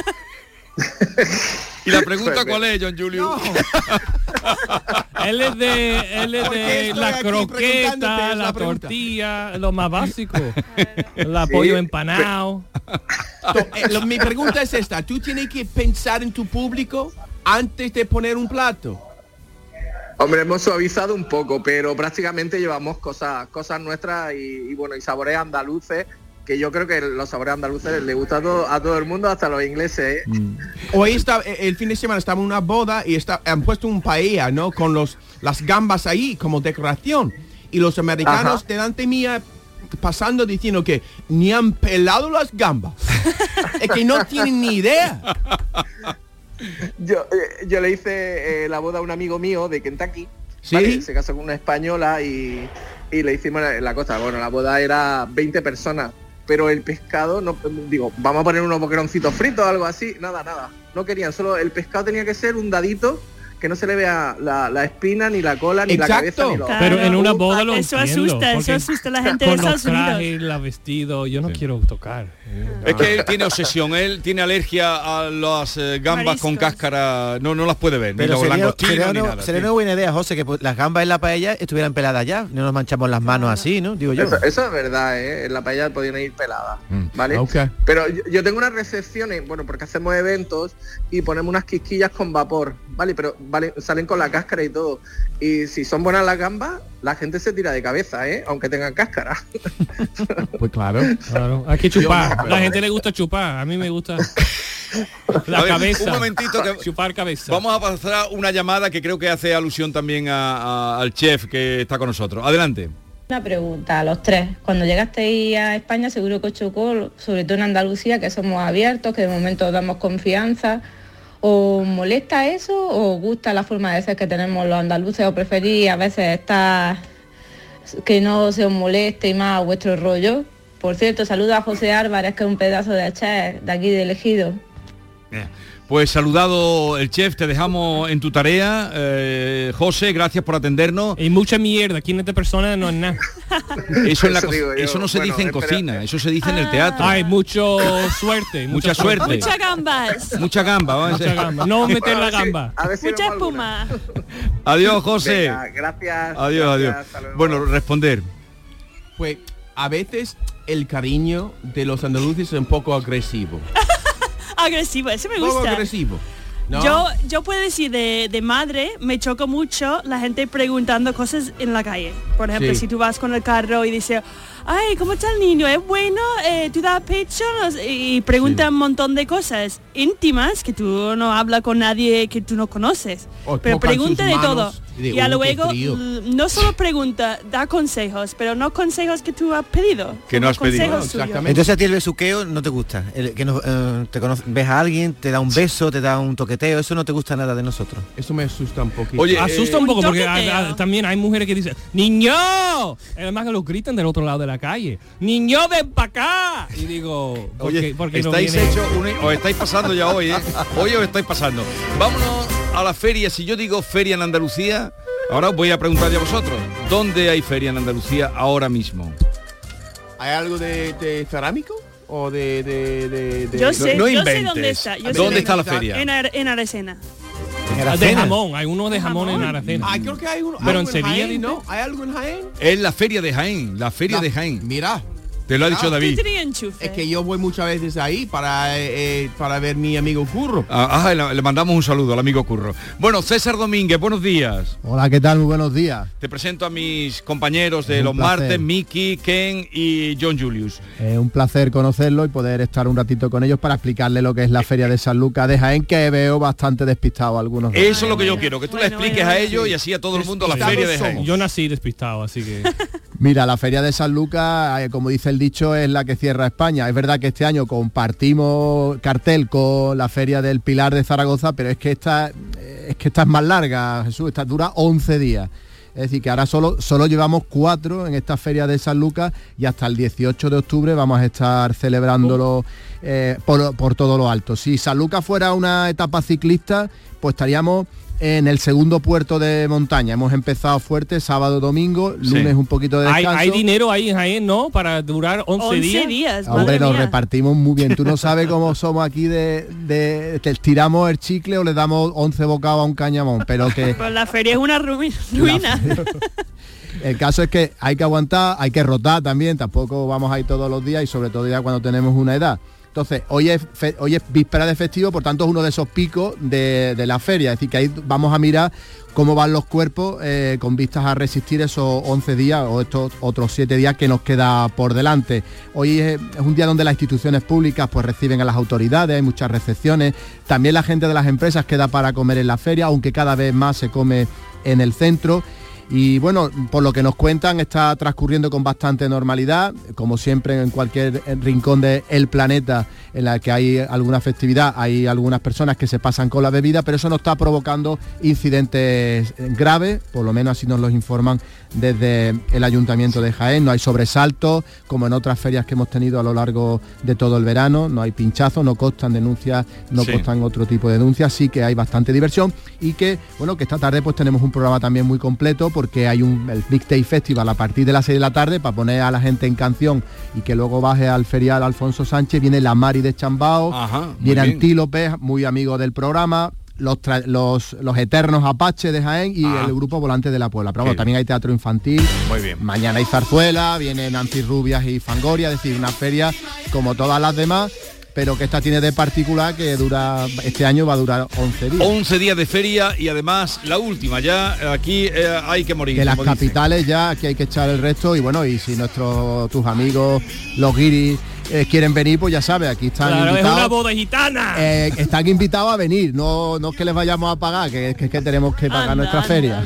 S11: ¿Y la pregunta cuál es, John Julio?
S15: Él es de, él es
S11: ¿Por qué
S15: de
S11: estoy
S15: la
S11: aquí
S15: croqueta,
S11: preguntándote?
S15: la,
S11: Es la pregunta.
S15: tortilla, lo más básico. el pollo empanado.
S13: To- eh, lo- mi pregunta es esta, ¿tú tienes que pensar en tu público antes de poner un plato?
S8: Hombre, hemos suavizado un poco, pero prácticamente llevamos cosas, cosas nuestras y, y bueno, y sabores andaluces, que yo creo que los sabores andaluces les gusta a todo, a todo el mundo, hasta a los ingleses. ¿eh?
S13: Mm. Hoy está, eh, el fin de semana estaba en una boda y está, han puesto un paella, ¿no? Con los, las gambas ahí como decoración. Y los americanos
S8: Ajá.
S13: delante mía pasando diciendo que ni han pelado las gambas. es que no tienen ni idea.
S8: Yo, eh, yo le hice eh, la boda a un amigo mío de Kentucky.
S13: ¿Sí?
S8: ¿vale? Se casó con una española y, y le hicimos la, la cosa. Bueno, la boda era 20 personas, pero el pescado, no digo, vamos a poner unos boqueroncitos fritos o algo así. Nada, nada. No querían, solo el pescado tenía que ser un dadito que no se le vea la, la espina, ni la cola, ni la cabeza. Ni los-
S15: Pero en una boda lo
S14: Eso
S15: entiendo,
S14: asusta, eso
S15: porque
S14: asusta a la gente de
S15: con
S14: Estados
S15: los
S14: Unidos.
S15: trajes, la vestido, yo no quiero tocar.
S11: Es que él tiene obsesión, él tiene alergia a las eh, gambas con cáscara, no, no las puede ver, ni
S12: Pero
S11: los
S12: sería,
S11: langostinos
S12: sería
S11: ni
S12: una-
S11: nada.
S12: sería
S11: tío.
S12: una buena idea, José, que pues, las gambas en la paella estuvieran peladas ya. No nos manchamos las manos así, ¿no? Digo yo.
S8: Eso, eso es verdad, ¿eh? En la paella podían ir pelada,
S15: Mm.
S8: ¿vale?
S15: Ah,
S12: ok.
S8: Pero yo, yo tengo unas recepciones, bueno, porque hacemos eventos y ponemos unas quisquillas con vapor, ¿vale? Pero vale, salen con la cáscara y todo. Y si son buenas las gambas, la gente se tira de cabeza, ¿eh? Aunque tengan cáscara.
S13: Pues claro.
S15: Claro, hay que chupar. la gente le gusta chupar, a mí me gusta la
S11: A ver,
S15: cabeza.
S11: Un momentito que
S15: chupar cabeza.
S11: Vamos a pasar una llamada que creo que hace alusión también a- a- al chef que está con nosotros. Adelante.
S32: Una pregunta a los tres. Cuando llegasteis a España seguro que os chocó, sobre todo en Andalucía, que somos abiertos, que de momento damos confianza. ¿Os molesta eso o os gusta la forma de ser que tenemos los andaluces o preferís a veces estar que no se os moleste y más vuestro rollo? Por cierto, saluda a José Álvarez, que es un pedazo de chef de aquí de elegido.
S11: Pues saludado el chef, te dejamos en tu tarea. Eh, José, gracias por atendernos.
S15: Y mucha mierda, 500 personas no es nada.
S11: Eso, en la
S15: Eso
S11: co-
S15: digo yo.
S11: eso no se
S15: Bueno,
S11: dice en
S15: espera.
S11: cocina, eso se dice en
S14: Ah.
S11: el teatro.
S15: Hay mucho suerte.
S11: Mucha suerte.
S14: Muchas gambas.
S11: Mucha gamba, vamos a
S15: Mucha
S11: decir.
S15: gamba. No meter la gamba.
S14: Mucha espuma.
S11: Adiós, José.
S13: Venga, gracias,
S11: Adiós,
S13: gracias, hasta
S11: adiós.
S13: luego.
S11: Bueno, responder.
S13: Pues a veces el cariño de los andaluces es un poco agresivo.
S14: Agresivo, eso Ah, me
S13: Un poco
S14: gusta.
S13: agresivo. ¿no?
S14: Yo, yo puedo decir de, de madre, me choca mucho la gente preguntando cosas en la calle. Por ejemplo,
S9: Sí.
S14: si tú vas con el carro y dices, ay, ¿cómo está el niño? ¿Es bueno? Eh, ¿Tú das pecho? No sé, Y pregunta un montón de cosas íntimas que tú no hablas con nadie que tú no conoces.
S9: O
S14: pero
S9: tocan
S14: pregunta
S9: sus
S14: de
S9: manos
S14: todo.
S9: y de,
S14: Y a
S9: "Uh, qué
S14: luego,
S9: frío".
S14: l- no solo pregunta, da consejos, pero no consejos que tú has pedido. como consejos suyos.
S12: Entonces a ti el besuqueo no te gusta. El que no, eh, te conoce- ves a alguien, te da un beso, te da un toqueteo, eso no te gusta nada de nosotros.
S13: Eso me asusta un poquito.
S15: Oye,
S11: eh,
S15: asusta un poco porque a- a- también hay mujeres que dicen, niño, además que los gritan del otro lado de la calle, niño, ven para acá. Y digo, ¿por
S11: Oye,
S15: qué- por qué no
S11: estáis
S15: viene?
S11: hecho un- os estáis pasando ya hoy, ¿eh? Hoy os estáis pasando. Vámonos a la feria. Si yo digo feria en Andalucía, ahora os voy a preguntar ya a vosotros. ¿Dónde hay feria en Andalucía ahora mismo?
S13: ¿Hay algo de, de cerámico? O de, de, de- de-
S14: Yo sé, yo sé dónde está. yo sé
S11: ¿Dónde está la feria?
S14: En, Ar- en Aracena.
S11: En
S15: De jamón, hay uno de jamón, en Aracena.
S13: Ah, creo que hay uno.
S15: Pero
S13: algo
S15: en Sevilla
S13: Jaén,
S15: dice-
S13: ¿no? ¿Hay algo en Jaén?
S11: Es la feria de Jaén, la feria
S13: La-
S11: de Jaén.
S13: Mira.
S11: Te lo ha dicho
S13: Ah,
S11: David.
S13: Es que yo voy muchas veces ahí para, eh, eh, para ver mi amigo Curro.
S11: Ah, ah, le le mandamos un saludo al amigo Curro. Bueno, César Domínguez, buenos días.
S10: Hola, ¿qué tal? Muy buenos días.
S11: Te presento a mis compañeros de
S10: un
S11: los
S10: placer.
S11: martes, Miki, Ken y John Julius.
S10: Es un placer conocerlo y poder estar un ratito con ellos para explicarle lo que es la Feria de San Lucas de Jaén, que veo bastante despistado a algunos. de ellos.
S11: Eso es lo que yo quiero, que tú le expliques a ellos y así a todo el mundo la feria de Jaén.
S15: Yo nací despistado, así que...
S10: Mira, la Feria de San Lucas, eh, como dice el dicho, es la que cierra España. Es verdad que este año compartimos cartel con la Feria del Pilar de Zaragoza, pero es que esta eh, es que esta es más larga, Jesús, esta dura 11 días. Es decir, que ahora solo, solo llevamos cuatro en esta feria de San Lucas y hasta el 18 de octubre vamos a estar celebrándolo eh, por, por todo lo alto. Si San Lucas fuera una etapa ciclista, pues estaríamos en el segundo puerto de montaña. Hemos empezado fuerte sábado, domingo, lunes un poquito de
S15: Hay,
S10: descanso. Ah,
S15: hay dinero ahí en Jaén, ¿no? Para durar 11,
S14: 11
S15: días.
S14: días,
S10: Hombre, nos repartimos muy bien. Tú no sabes cómo somos aquí de, de- te tiramos el chicle o le damos 11 bocados a un cañamón, pero que
S14: Pero la feria es una ruina. ruina.
S10: el caso es que hay que aguantar, hay que rotar también, tampoco vamos ahí todos los días y sobre todo ya cuando tenemos una edad. Entonces, hoy es, fe- hoy es víspera de festivo, por tanto es uno de esos picos de, de la feria, es decir, que ahí vamos a mirar cómo van los cuerpos eh, con vistas a resistir esos 11 días o estos otros 7 días que nos queda por delante. Hoy es, es un día donde las instituciones públicas pues reciben a las autoridades, hay muchas recepciones, también la gente de las empresas queda para comer en la feria, aunque cada vez más se come en el centro. Y bueno, por lo que nos cuentan, está transcurriendo con bastante normalidad, como siempre en cualquier rincón del planeta en la que hay alguna festividad, hay algunas personas que se pasan con la bebida, pero eso no está provocando incidentes eh, graves, por lo menos así nos los informan desde el Ayuntamiento de Jaén, no hay sobresaltos, como en otras ferias que hemos tenido a lo largo de todo el verano, no hay pinchazos, no constan denuncias, no
S11: Sí.
S10: constan otro tipo de denuncias, sí que hay bastante diversión y que, bueno, que esta tarde pues tenemos un programa también muy completo porque hay un, el Big Day Festival a partir de las 6 de la tarde para poner a la gente en canción y que luego baje al ferial Alfonso Sánchez, viene la Mari de Chambao,
S11: Ajá, muy
S10: viene
S11: bien.
S10: Antílope, muy amigo del programa. Los, tra- los, los eternos Apache de Jaén y
S11: Ah.
S10: el grupo Volante de la Puebla. Pero bueno, también hay teatro infantil.
S11: Muy bien.
S10: Mañana hay zarzuela, viene Nancy Rubias y Fangoria, es decir, una feria como todas las demás, pero que esta tiene de particular que dura, este año va a durar 11
S15: Oh,
S10: días.
S11: 11 días de feria y además la última, ya aquí eh, hay que morir.
S10: Que las
S11: como dicen.
S10: capitales ya aquí hay que echar el resto y bueno, y si nuestros tus amigos, los guiris, eh, quieren venir, pues ya sabes, aquí están
S15: Claro, es
S10: invitados.
S15: una boda gitana.
S10: Eh, están invitados a venir, no, no es que les vayamos a pagar, que es que, que tenemos que pagar nuestra feria.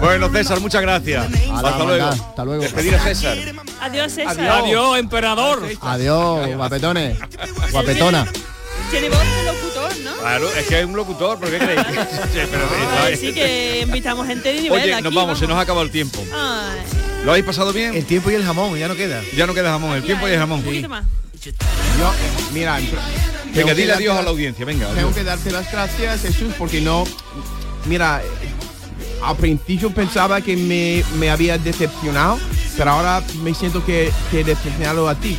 S11: Bueno, César, muchas gracias. Hasta luego.
S10: venga, hasta luego.
S11: Despedir a César.
S14: Adiós, César.
S15: Adiós, emperador.
S10: Adiós, guapetones. Guapetona.
S14: Tiene voz de locutor, ¿no?
S11: Claro, es que es un locutor, ¿por qué creéis? Sí, pero-
S14: Así que invitamos gente de nivel
S11: Oye,
S14: aquí.
S11: nos vamos, se nos ha acabado el tiempo.
S14: Ay,
S11: ¿Lo habéis pasado bien? El
S33: tiempo y el jamón, ya no queda.
S11: Ya no queda jamón, el tiempo y el jamón.
S14: un poquito más.
S13: Yo, mira, en- tengo
S11: Venga,
S13: que
S11: dile
S13: darte
S11: adiós a
S13: las-
S11: la audiencia, venga.
S13: Tengo
S11: adiós.
S13: que darte las gracias, Jesús, porque no... Mira, eh, al principio pensaba que me, me había decepcionado, pero ahora me siento que, que he decepcionado a ti.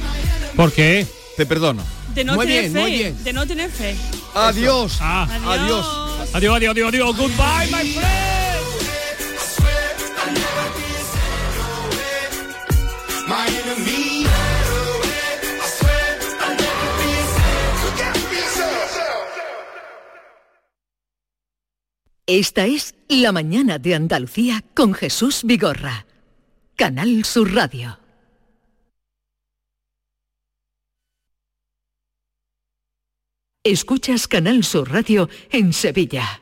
S15: ¿Por qué?
S11: Te perdono.
S14: De no
S13: Muy
S14: tener
S13: bien,
S14: fe.
S13: muy bien.
S14: De no tener fe.
S11: Adiós.
S14: adiós.
S15: Adiós, adiós, adiós, adiós. Goodbye, my friend.
S9: My enemy. I swear I'll never be yourself. You gotta be yourself.
S30: Esta es La Mañana de Andalucía con Jesús Vigorra. Canal Sur Radio. Escuchas Canal Sur Radio en Sevilla.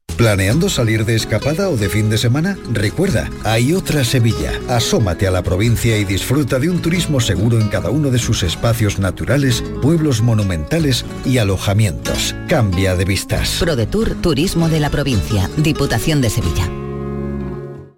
S34: ¿Planeando salir de escapada o de fin de semana? Recuerda, hay otra Sevilla. Asómate a la provincia y disfruta de un turismo seguro en cada uno de sus espacios naturales, pueblos monumentales y alojamientos. Cambia de vistas.
S35: Pro de Tour Turismo de la Provincia, Diputación de Sevilla.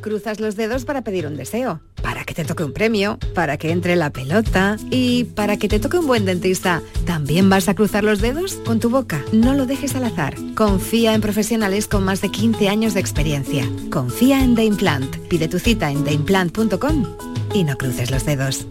S35: Cruzas los dedos para pedir un deseo, para que te toque un premio, para que entre la pelota y para que te toque un buen dentista. ¿También vas a cruzar los dedos? Con tu boca, no lo dejes al azar. Confía en profesionales con más de 15 años de experiencia. Confía en The Implant. Pide tu cita en theimplant.com y no cruces los dedos.